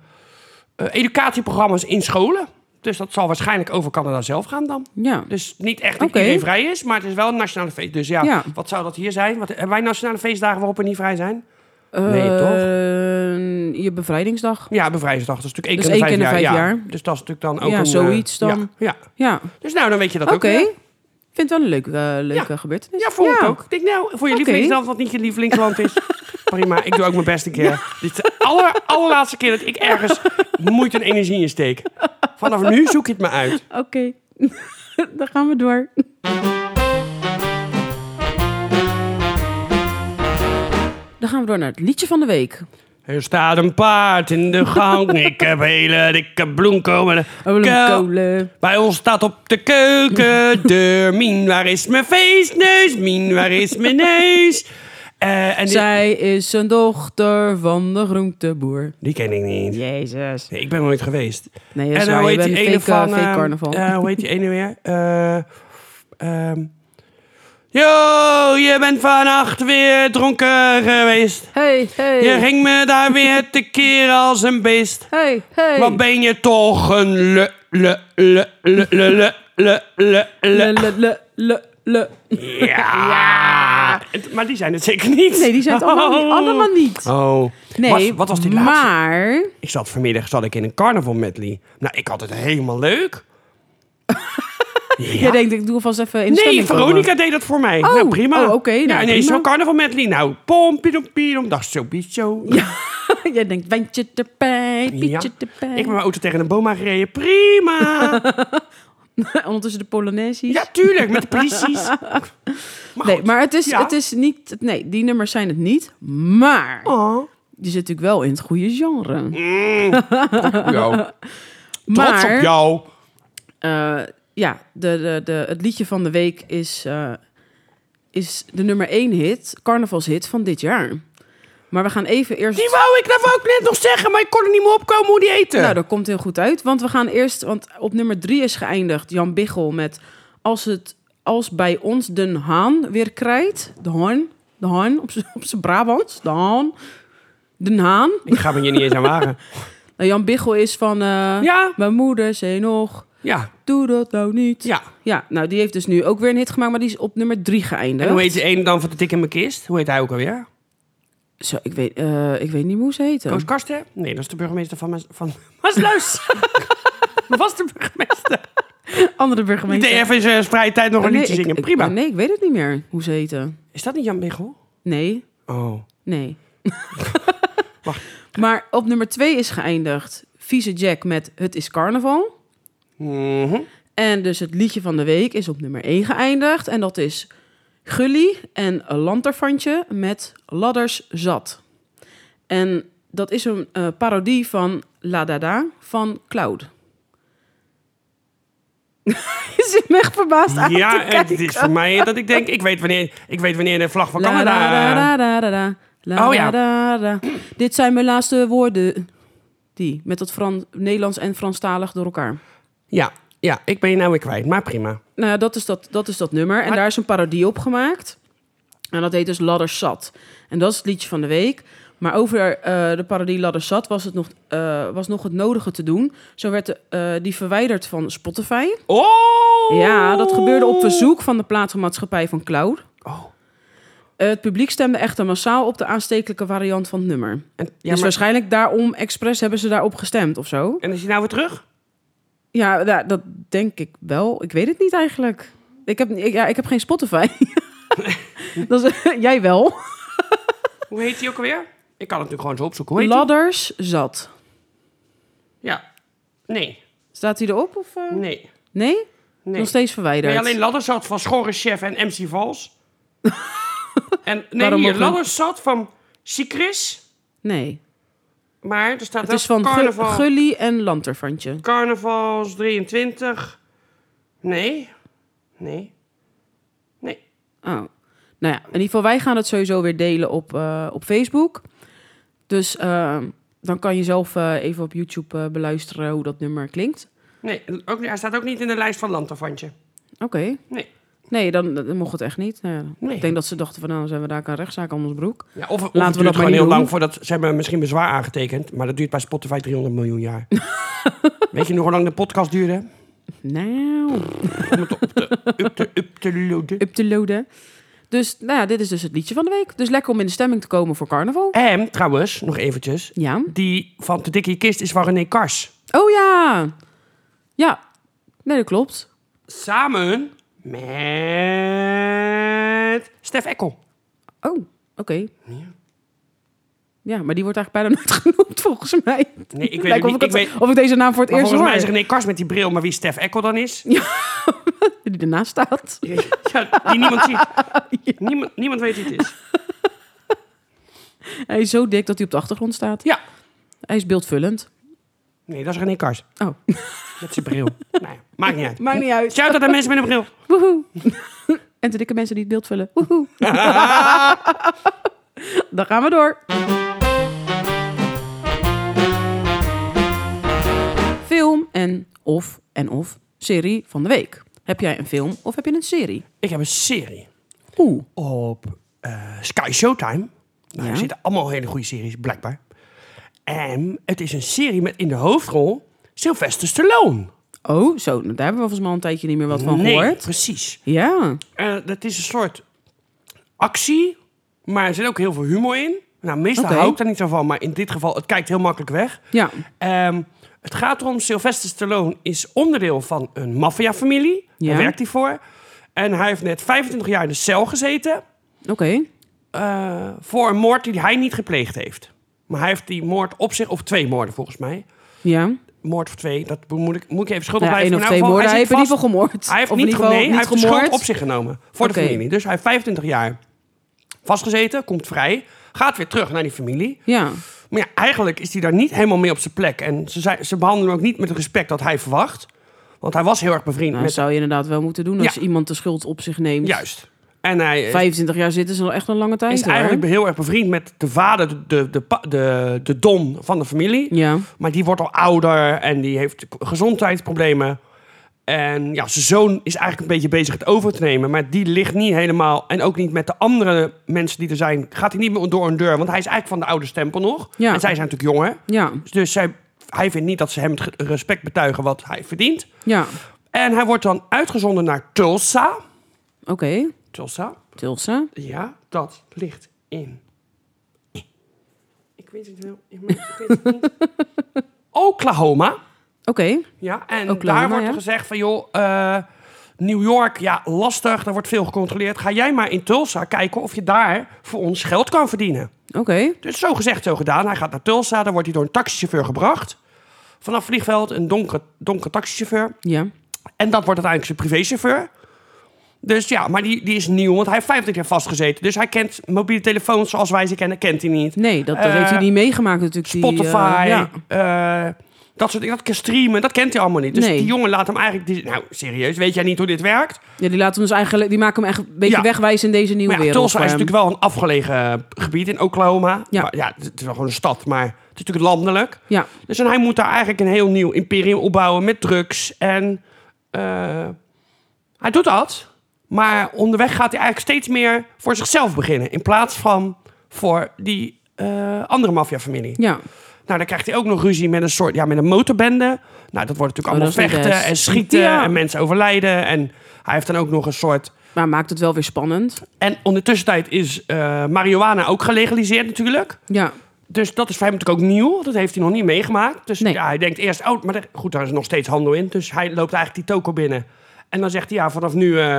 Speaker 1: educatieprogramma's in scholen. Dus dat zal waarschijnlijk over Canada zelf gaan dan.
Speaker 2: Ja,
Speaker 1: Dus niet echt dat
Speaker 2: Oké.
Speaker 1: iedereen vrij is, maar het is wel een nationale feest. Dus ja,
Speaker 2: Ja.
Speaker 1: wat zou dat hier zijn? Wat, hebben wij nationale feestdagen waarop we niet vrij zijn?
Speaker 2: Eh,
Speaker 1: Nee,
Speaker 2: Je bevrijdingsdag.
Speaker 1: Ja, bevrijdingsdag. Dat is natuurlijk
Speaker 2: Dat
Speaker 1: één
Speaker 2: is
Speaker 1: keer in de vijf, jaar.
Speaker 2: jaar.
Speaker 1: Dus dat is natuurlijk dan ook
Speaker 2: Ja,
Speaker 1: een... eh,
Speaker 2: zoiets dan.
Speaker 1: Ja, ja.
Speaker 2: Ja,
Speaker 1: Dus nou, dan weet je dat
Speaker 2: oké.
Speaker 1: ook weer.
Speaker 2: Ik vind het wel een leuke, eh, leuke gebeurtenis.
Speaker 1: Ja, vond ik ook. Ik denk, nou, voor je
Speaker 2: Oké.
Speaker 1: lievelingsland, wat niet je lievelingsland is. Prima, ik doe ook mijn best een keer. Dit is de aller, allerlaatste keer dat ik ergens moeite en energie in steek. Vanaf nu zoek je het me uit.
Speaker 2: Oké, dan gaan we door. Dan gaan we door naar het liedje van de week.
Speaker 1: Er staat een paard in de gang. Ik heb hele dikke Oh, bloemkolen.
Speaker 2: Bloemkolen.
Speaker 1: Bij ons staat op de keukendeur. Mien, waar is mijn feestneus? Mien, waar is mijn neus? Eh, en die,
Speaker 2: Zij is een dochter van de groenteboer.
Speaker 1: die ken ik niet.
Speaker 2: Jezus.
Speaker 1: Nee, ik ben er nooit geweest.
Speaker 2: Nee, dat is
Speaker 1: eh,
Speaker 2: waar. Je bent
Speaker 1: die
Speaker 2: een
Speaker 1: ene
Speaker 2: fake, eh, fake
Speaker 1: ehm,
Speaker 2: carnaval.
Speaker 1: eh, hoe heet die ene weer? Eh, ehm, Yo, je bent vannacht weer dronken geweest.
Speaker 2: Hey, hey.
Speaker 1: Je ging me daar weer tekeer als een beest.
Speaker 2: Hey, hey.
Speaker 1: Wat ben je toch een le, le, le, le, le, le, le, le,
Speaker 2: Le,
Speaker 1: le.
Speaker 2: le, le, le, le.
Speaker 1: Ja. Het- Maar die zijn het zeker niet.
Speaker 2: Nee, die zijn het allemaal, niet- allemaal niet.
Speaker 1: Oh.
Speaker 2: Nee,
Speaker 1: Wat, wat was die laatste?
Speaker 2: Maar...
Speaker 1: Ik zat vanmiddag zat ik in een carnaval medley. Nou, ik had het helemaal leuk.
Speaker 2: Jij denkt, ik doe alvast even in de
Speaker 1: Nee,
Speaker 2: stemming komen.
Speaker 1: Veronica deed dat voor mij. nou, prima.
Speaker 2: oh, oké, nou,
Speaker 1: ja, nee,
Speaker 2: prima.
Speaker 1: zo'n carnaval medley. Nou, pom, pidom, pidom, dag, zo, bicho. Ja,
Speaker 2: Jij denkt, wijntje erbij, pietje erbij.
Speaker 1: Ik ben mijn auto tegen een boom gereden. Prima.
Speaker 2: Ondertussen de Polonesies.
Speaker 1: ja, tuurlijk, met de polities. Maar
Speaker 2: nee,
Speaker 1: goed.
Speaker 2: maar het is,
Speaker 1: Ja.
Speaker 2: het is niet... Nee, die nummers zijn het niet. Maar
Speaker 1: Oh.
Speaker 2: die zit natuurlijk wel in het goede genre.
Speaker 1: Jou. Trots
Speaker 2: Maar
Speaker 1: op jou.
Speaker 2: eh, ja, de, de, de, het liedje van de week is, eh, is de nummer één hit, carnavalshit van dit jaar. Maar we gaan even eerst...
Speaker 1: Die wou ik, dat wou ik net nog zeggen, maar ik kon er niet meer opkomen hoe die eten.
Speaker 2: Nou, dat komt heel goed uit. Want we gaan eerst, want op nummer drie is geëindigd Jan Biggel met als het als bij ons de haan weer krijt, de haan, de haan op z'n- op zijn Brabants, de haan, de haan.
Speaker 1: Ik ga me je niet eens aan wagen.
Speaker 2: Nou, Jan Biggel is van eh,
Speaker 1: Ja,
Speaker 2: mijn moeder zei nog,
Speaker 1: ja,
Speaker 2: doe dat nou niet.
Speaker 1: ja.
Speaker 2: Ja, nou die heeft dus nu ook weer een hit gemaakt, maar die is op nummer drie
Speaker 1: En
Speaker 2: geëindigd.
Speaker 1: hoe heet die ene dan van de tik in mijn kist? Hoe heet hij ook alweer?
Speaker 2: Zo, ik weet, eh, ik weet niet meer hoe ze heet.
Speaker 1: Koos Karsten? Nee, dat is de burgemeester van, Maas- van Maasluis. dat was de burgemeester.
Speaker 2: Andere
Speaker 1: Die
Speaker 2: burgemeester.
Speaker 1: deed even in zijn vrije tijd nog een
Speaker 2: Nee,
Speaker 1: liedje
Speaker 2: ik-
Speaker 1: zingen.
Speaker 2: ik-
Speaker 1: Prima.
Speaker 2: nee, ik weet het niet meer hoe ze heette.
Speaker 1: Is dat niet Jan Michel?
Speaker 2: Nee,
Speaker 1: Oh.
Speaker 2: Nee. Maar op nummer twee is geëindigd Vieze Jack met Het is Carnaval.
Speaker 1: Mhm.
Speaker 2: En dus het liedje van de week is op nummer één geëindigd. En dat is Gully en een Lanterfantje met Ladders Zat. En dat is een eh, parodie van La Dada van Cloud. Je zit me echt verbaasd aan te
Speaker 1: Ja, het
Speaker 2: kijken.
Speaker 1: is voor mij dat ik denk, ik weet wanneer, ik weet wanneer de vlag van
Speaker 2: La,
Speaker 1: Canada...
Speaker 2: da, da, da, da, da. La,
Speaker 1: Oh ja.
Speaker 2: da, da, da. Dit zijn mijn laatste woorden. Die, met dat Fran Nederlands en Franstalig door elkaar.
Speaker 1: Ja, ja, ik ben je nou weer kwijt, maar prima.
Speaker 2: Nou, dat is dat, dat, is dat nummer. En
Speaker 1: Maar-
Speaker 2: daar is een parodie op gemaakt. En dat heet dus Ladders Zat. En dat is het liedje van de week. Maar over eh, de parodie Ladders Zat was, het nog, eh, was nog het nodige te doen. Zo werd de, eh, die verwijderd van Spotify.
Speaker 1: Oh!
Speaker 2: Ja, dat gebeurde op verzoek van de platenmaatschappij van Cloud. Eh,
Speaker 1: Oh.
Speaker 2: Het publiek stemde echter massaal op de aanstekelijke variant van het nummer.
Speaker 1: En, ja,
Speaker 2: dus
Speaker 1: maar-
Speaker 2: waarschijnlijk daarom expres hebben ze daarop gestemd of zo.
Speaker 1: en is hij nou weer terug?
Speaker 2: Ja, da- dat denk ik wel. Ik weet het niet eigenlijk. Ik heb, ik, ja, ik heb geen Spotify. dat is, jij wel.
Speaker 1: Hoe heet hij ook alweer? Ik kan het nu gewoon zo opzoeken. Hoe heet hij?
Speaker 2: Ladders zat.
Speaker 1: Ja. Nee,
Speaker 2: Staat hij erop? Of, eh?
Speaker 1: nee,
Speaker 2: Nee?
Speaker 1: nee.
Speaker 2: Nog steeds verwijderd.
Speaker 1: Nee, alleen Ladders zat van Schorreschef en MC Vals. en nee,
Speaker 2: Waarom
Speaker 1: hier,
Speaker 2: ook niet?
Speaker 1: Ladders zat van Secris.
Speaker 2: Nee.
Speaker 1: Maar er staat
Speaker 2: Het is
Speaker 1: wel
Speaker 2: van Gu-
Speaker 1: carnaval.
Speaker 2: Gully en Lanterfantje.
Speaker 1: Carnavals 23. Nee. Nee. Nee.
Speaker 2: Oh. Nou ja, in ieder geval, wij gaan het sowieso weer delen op, eh, op Facebook. Dus eh, dan kan je zelf eh, even op YouTube eh, beluisteren hoe dat nummer klinkt.
Speaker 1: Nee. Ook, hij staat ook niet in de lijst van Lantafantje.
Speaker 2: Oké.
Speaker 1: Nee.
Speaker 2: Nee, dan, dan mocht het echt niet. Nou ja,
Speaker 1: Nee.
Speaker 2: Ik denk dat ze dachten van, nou zijn we daar aan rechtszaak aan ons broek.
Speaker 1: Ja, of of
Speaker 2: we
Speaker 1: het
Speaker 2: dat
Speaker 1: duurt
Speaker 2: maar
Speaker 1: gewoon
Speaker 2: niet
Speaker 1: heel
Speaker 2: doen.
Speaker 1: lang voordat ze hebben misschien bezwaar aangetekend. Maar dat duurt bij Spotify 300 miljoen jaar. Weet je nog hoe lang de podcast duurde?
Speaker 2: Nou,
Speaker 1: Up te, up te loaden.
Speaker 2: up te loaden. Dus nou ja, dit is dus het liedje van de week. Dus lekker om in de stemming te komen voor carnaval.
Speaker 1: En trouwens, nog eventjes.
Speaker 2: Ja.
Speaker 1: Die van Te Dikke Kist is van René Kars.
Speaker 2: Oh ja. Ja. Nee, dat klopt.
Speaker 1: Samen met Stef Ekkel.
Speaker 2: Oh, oké. Ja. maar die wordt eigenlijk bijna nooit genoemd, volgens mij.
Speaker 1: Nee, ik weet
Speaker 2: Lijkt
Speaker 1: het
Speaker 2: of,
Speaker 1: niet. Ik
Speaker 2: het-
Speaker 1: weet,
Speaker 2: of ik deze naam voor het
Speaker 1: maar
Speaker 2: eerst
Speaker 1: volgens
Speaker 2: hoor.
Speaker 1: mij is René Kars met die bril, maar wie Stef Ekkel dan is...
Speaker 2: Die ernaast staat.
Speaker 1: Ja, die niemand ziet. Niemand, niemand weet wie het is.
Speaker 2: Hij is zo dik dat hij op de achtergrond staat.
Speaker 1: Ja.
Speaker 2: Hij is beeldvullend.
Speaker 1: Nee, dat is René Kars.
Speaker 2: Oh,
Speaker 1: Met zijn bril. Nou ja, maakt niet uit.
Speaker 2: maakt niet uit.
Speaker 1: Shout out aan mensen met een bril.
Speaker 2: Woehoe. en te dikke mensen die het beeld vullen. Woehoe. Dan gaan we door. Film en of en of serie van de week. Heb jij een film of heb je een serie?
Speaker 1: Ik heb een serie
Speaker 2: Oeh.
Speaker 1: op eh, Sky Showtime. Nou,
Speaker 2: Ja.
Speaker 1: Er zitten allemaal hele goede series, blijkbaar. En het is een serie met in de hoofdrol Sylvester Stallone.
Speaker 2: Oh, zo. nou, Daar hebben we volgens mij al een tijdje niet meer wat van
Speaker 1: nee,
Speaker 2: gehoord.
Speaker 1: precies.
Speaker 2: Ja.
Speaker 1: Eh, dat is een soort actie, maar er zit ook heel veel humor in. Nou, meestal
Speaker 2: Oké.
Speaker 1: hou ik daar niet zo van, maar in dit geval, het kijkt heel makkelijk weg.
Speaker 2: Ja.
Speaker 1: Ehm, het gaat erom, Sylvester Stallone is onderdeel van een maffiafamilie.
Speaker 2: Ja.
Speaker 1: Daar werkt hij voor. En hij heeft net 25 jaar in de cel gezeten
Speaker 2: Oké.
Speaker 1: eh, voor een moord die hij niet gepleegd heeft. Maar hij heeft die moord op zich, of twee moorden volgens mij.
Speaker 2: Ja.
Speaker 1: Moord of twee, dat moet ik, moet ik even schuldig
Speaker 2: Ja,
Speaker 1: blijven. nou,
Speaker 2: één of
Speaker 1: Maar in elk geval,
Speaker 2: twee moorden. Hij heeft
Speaker 1: zit
Speaker 2: in ieder
Speaker 1: vast.
Speaker 2: geval gemoord.
Speaker 1: Hij heeft
Speaker 2: Of in
Speaker 1: niet,
Speaker 2: ieder geval
Speaker 1: nee, hij
Speaker 2: niet
Speaker 1: heeft de schuld
Speaker 2: gemoord.
Speaker 1: op zich genomen voor
Speaker 2: Oké.
Speaker 1: de familie. Dus hij heeft 25 jaar vastgezeten, komt vrij, gaat weer terug naar die familie.
Speaker 2: Ja.
Speaker 1: Maar ja, eigenlijk is hij daar niet helemaal mee op zijn plek. En ze, zei, ze behandelen hem ook niet met het respect dat hij verwacht. Want hij was heel erg bevriend
Speaker 2: Nou,
Speaker 1: met...
Speaker 2: dat zou je inderdaad wel moeten doen als
Speaker 1: Ja.
Speaker 2: iemand de schuld op zich neemt.
Speaker 1: Juist. En hij is-
Speaker 2: 25 jaar zitten is al echt een lange tijd.
Speaker 1: is
Speaker 2: hoor.
Speaker 1: eigenlijk heel erg bevriend met de vader, de, de, de, pa- de, de don van de familie.
Speaker 2: Ja.
Speaker 1: Maar die wordt al ouder en die heeft k- gezondheidsproblemen. En ja, zijn zoon is eigenlijk een beetje bezig het over te nemen. Maar die ligt niet helemaal. En ook niet met de andere mensen die er zijn. Gaat hij niet meer door een deur. Want hij is eigenlijk van de oude stempel nog.
Speaker 2: Ja.
Speaker 1: En zij zijn natuurlijk jonger.
Speaker 2: Ja.
Speaker 1: Dus zij, hij vindt niet dat ze hem het ge- respect betuigen wat hij verdient.
Speaker 2: Ja.
Speaker 1: En hij wordt dan uitgezonden naar Tulsa.
Speaker 2: Oké.
Speaker 1: Tulsa?
Speaker 2: Tulsa.
Speaker 1: Ja, dat ligt in. Ik weet het wel. maar Ik weet het niet. Oklahoma.
Speaker 2: Oké.
Speaker 1: Ja, en
Speaker 2: Oklahoma,
Speaker 1: daar wordt er
Speaker 2: ja.
Speaker 1: gezegd van joh, eh, New York, ja, lastig, daar wordt veel gecontroleerd. Ga jij maar in Tulsa kijken of je daar voor ons geld kan verdienen.
Speaker 2: Oké.
Speaker 1: Dus zo gezegd, zo gedaan. Hij gaat naar Tulsa, daar wordt hij door een taxichauffeur gebracht. Vanaf het vliegveld, een donkere, donkere taxichauffeur.
Speaker 2: Ja.
Speaker 1: En dat wordt uiteindelijk zijn privéchauffeur. Dus ja, maar die, die is nieuw, want hij heeft 25 jaar vastgezeten. Dus hij kent mobiele telefoons zoals wij ze kennen, kent hij niet.
Speaker 2: Nee, dat, dat
Speaker 1: Eh,
Speaker 2: heeft hij niet meegemaakt natuurlijk. die, eh,
Speaker 1: Spotify,
Speaker 2: ja.
Speaker 1: eh, dat soort dingen. Dat kan streamen, dat kent hij allemaal niet. Dus
Speaker 2: Nee.
Speaker 1: die jongen laat hem eigenlijk... die- nou, serieus, weet jij niet hoe dit werkt?
Speaker 2: ja, die laten ons eigenlijk, die maken hem echt een beetje
Speaker 1: Ja.
Speaker 2: wegwijzen in deze nieuwe
Speaker 1: Maar ja,
Speaker 2: wereld.
Speaker 1: Tulsa
Speaker 2: voor
Speaker 1: is
Speaker 2: hem.
Speaker 1: natuurlijk wel een afgelegen eh, gebied in Oklahoma.
Speaker 2: Ja.
Speaker 1: Maar ja, het is wel gewoon een stad, maar het is natuurlijk landelijk.
Speaker 2: Ja.
Speaker 1: Dus en hij moet daar eigenlijk een heel nieuw imperium opbouwen met drugs. En eh, hij doet dat. Maar onderweg gaat hij eigenlijk steeds meer voor zichzelf beginnen. In plaats van voor die eh, andere maffiafamilie.
Speaker 2: Ja.
Speaker 1: Nou, dan krijgt hij ook nog ruzie met een soort, ja, met een motorbende. Nou, dat wordt natuurlijk
Speaker 2: Oh,
Speaker 1: allemaal
Speaker 2: dat is niet
Speaker 1: vechten
Speaker 2: best.
Speaker 1: en schieten
Speaker 2: Ja.
Speaker 1: en mensen overlijden. En hij heeft dan ook nog een soort...
Speaker 2: Maar maakt het wel weer spannend.
Speaker 1: En ondertussen tijd is eh marihuana ook gelegaliseerd natuurlijk.
Speaker 2: Ja.
Speaker 1: Dus dat is voor hem natuurlijk ook nieuw. Dat heeft hij nog niet meegemaakt. Dus
Speaker 2: Nee.
Speaker 1: ja, hij denkt eerst, oh, maar er- goed, daar is nog steeds handel in. Dus hij loopt eigenlijk die toko binnen. En dan zegt hij, ja, vanaf nu eh,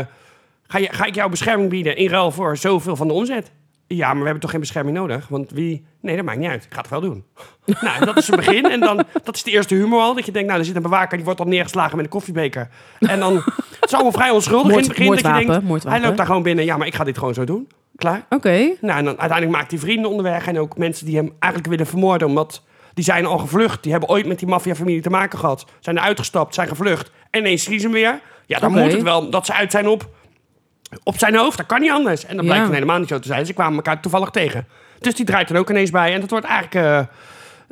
Speaker 1: ga, je, ga ik jou bescherming bieden in ruil voor zoveel van de omzet. Ja, maar we hebben toch geen bescherming nodig? Want wie... Nee, dat maakt niet uit. Ik ga het wel doen. nou, en dat is het begin. En dan, dat is de eerste humor al. Dat je denkt, nou, er zit een bewaker, die wordt dan neergeslagen met een koffiebeker. En dan, het is allemaal vrij onschuldig in
Speaker 2: Moord-
Speaker 1: het begin. dat je
Speaker 2: moordwapen,
Speaker 1: denkt,
Speaker 2: moordwapen.
Speaker 1: hij loopt daar gewoon binnen. Ja, maar ik ga dit gewoon zo doen. Klaar.
Speaker 2: Oké.
Speaker 1: Nou, en dan uiteindelijk maakt hij vrienden onderweg en ook mensen die hem eigenlijk willen vermoorden, omdat Die zijn al gevlucht. Die hebben ooit met die maffiafamilie te maken gehad. Zijn er uitgestapt, zijn gevlucht. En ineens zien ze hem weer. Ja, dan
Speaker 2: Oké.
Speaker 1: moet het wel dat ze uit zijn op, op zijn hoofd. Dat kan niet anders. En dat
Speaker 2: Ja.
Speaker 1: blijkt dan helemaal niet zo te zijn. Ze kwamen elkaar toevallig tegen. Dus die draait er ook ineens bij. En dat wordt eigenlijk eh,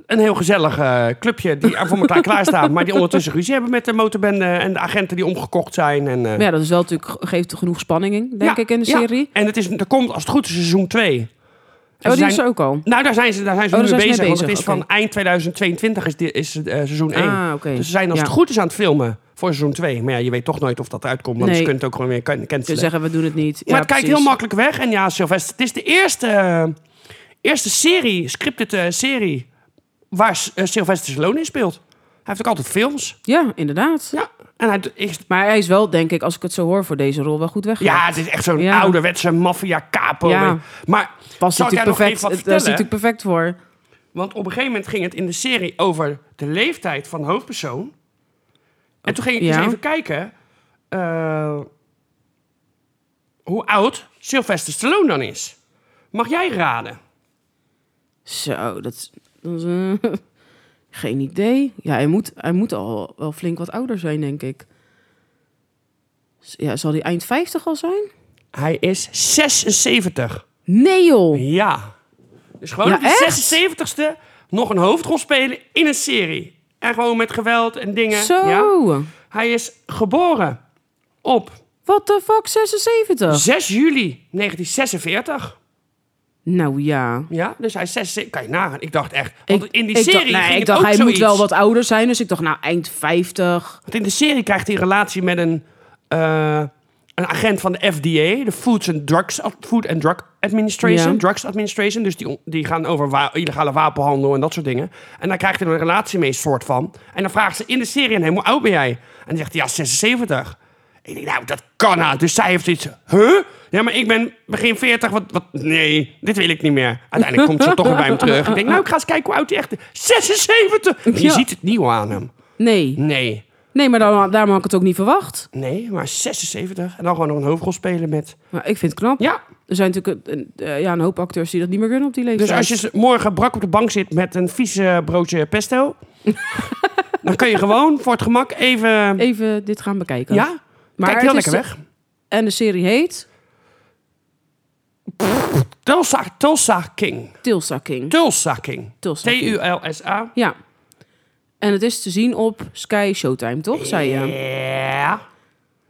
Speaker 1: een heel gezellig eh, clubje die voor elkaar klaarstaan. Maar die ondertussen ruzie hebben met de motorbende en de agenten die omgekocht zijn. En, eh,
Speaker 2: Maar ja, dat is wel natuurlijk, geeft genoeg spanning, in, denk
Speaker 1: ja,
Speaker 2: ik, in de
Speaker 1: ja.
Speaker 2: serie.
Speaker 1: En het is, er komt als het goed is seizoen 2.
Speaker 2: Oh, die is er ook al.
Speaker 1: Nou, daar zijn ze, daar zijn ze
Speaker 2: Oh,
Speaker 1: nu
Speaker 2: daar
Speaker 1: mee bezig.
Speaker 2: zijn ze mee
Speaker 1: want het is
Speaker 2: bezig,
Speaker 1: van eind 2022 is, die, is eh, seizoen 1.
Speaker 2: Ah, oké.
Speaker 1: Dus ze zijn als
Speaker 2: Ja.
Speaker 1: het goed is aan het filmen voor seizoen 2. Maar ja, je weet toch nooit of dat uitkomt. Want
Speaker 2: Nee.
Speaker 1: je kunt het ook gewoon weer can-
Speaker 2: Ze
Speaker 1: cancelen.
Speaker 2: zeggen, we doen het niet.
Speaker 1: maar het kijkt heel makkelijk weg. En ja, Sylvester, het is de eerste, eh, eerste serie, scripted eh, serie, waar S- eh, Sylvester Stallone in speelt. Hij heeft ook altijd films.
Speaker 2: Ja, inderdaad.
Speaker 1: Ja. En hij d- is
Speaker 2: Maar hij is wel, denk ik, als ik het zo hoor, voor deze rol wel goed weg.
Speaker 1: Ja, het is echt zo'n
Speaker 2: Ja.
Speaker 1: ouderwetse maffia-capo.
Speaker 2: Ja.
Speaker 1: Maar
Speaker 2: Past
Speaker 1: zal ik daar
Speaker 2: natuurlijk
Speaker 1: nog
Speaker 2: perfect,
Speaker 1: even
Speaker 2: het,
Speaker 1: wat
Speaker 2: daar is hij
Speaker 1: vertellen?
Speaker 2: natuurlijk perfect voor.
Speaker 1: Want op een gegeven moment ging het in de serie over de leeftijd van de hoofdpersoon. En toen ging ik
Speaker 2: Ja.
Speaker 1: eens even kijken eh, hoe oud Sylvester Stallone dan is. Mag jij raden?
Speaker 2: Zo, dat is... dat is, eh, geen idee. Ja, hij moet, hij moet al wel flink wat ouder zijn, denk ik. Z- Ja, zal hij eind 50 al zijn?
Speaker 1: Hij is 76.
Speaker 2: Nee, joh.
Speaker 1: Ja. Dus gewoon
Speaker 2: Ja,
Speaker 1: op de
Speaker 2: echt?
Speaker 1: 76ste nog een hoofdrol spelen in een serie. En gewoon met geweld en dingen.
Speaker 2: Zo.
Speaker 1: Ja. Hij is geboren op
Speaker 2: What the fuck, 76?
Speaker 1: 6 juli 1946.
Speaker 2: Nou ja.
Speaker 1: Ja, dus hij is 76. Kan je nagaan. Ik dacht echt. Want in die
Speaker 2: ik
Speaker 1: serie.
Speaker 2: dacht, nee,
Speaker 1: ging
Speaker 2: ik
Speaker 1: het
Speaker 2: dacht
Speaker 1: ook
Speaker 2: hij
Speaker 1: zoiets.
Speaker 2: moet wel wat ouder zijn. Dus ik dacht, nou, eind 50.
Speaker 1: Want in de serie krijgt hij een relatie met een. eh, een agent van de FDA, de Foods and Drugs, Food and Drug Administration,
Speaker 2: Ja.
Speaker 1: Drugs Administration. Dus die, on- die gaan over wa- illegale wapenhandel en dat soort dingen. En daar krijgt hij een relatie mee, soort van. En dan vraagt ze in de serie aan hem, hoe oud ben jij? En dan zegt hij, ja, 76. Ik denk, nou, dat kan nou. Dus zij heeft iets, huh? Ja, maar ik ben begin 40, wat, wat, nee, dit wil ik niet meer. Uiteindelijk komt ze toch weer bij hem terug. Ik denk, nou, ik ga eens kijken hoe oud hij echt is. 76! En je
Speaker 2: Ja.
Speaker 1: ziet het nieuw aan hem.
Speaker 2: Nee.
Speaker 1: Nee.
Speaker 2: Nee, maar daar, daarom had ik het ook niet verwacht.
Speaker 1: Nee, maar 76. En dan gewoon nog een hoofdrol spelen met...
Speaker 2: Maar ik vind het knap.
Speaker 1: Ja,
Speaker 2: Er zijn natuurlijk een, een- eh, ja, een hoop acteurs die dat niet meer kunnen op die leeftijd.
Speaker 1: dus als je s- morgen brak op de bank zit met een vies eh, broodje pesto... dan kun je gewoon voor het gemak even...
Speaker 2: Even dit gaan bekijken.
Speaker 1: Ja,
Speaker 2: maar
Speaker 1: kijk heel
Speaker 2: het is
Speaker 1: lekker
Speaker 2: de-
Speaker 1: weg.
Speaker 2: En de serie heet
Speaker 1: Tulsa, Tulsa King.
Speaker 2: Tulsa King.
Speaker 1: Tulsa King.
Speaker 2: Tulsa King.
Speaker 1: T-U-L-S-A.
Speaker 2: Ja. En het is te zien op Sky Showtime, toch? Zei
Speaker 1: Eh.
Speaker 2: je?
Speaker 1: Ja,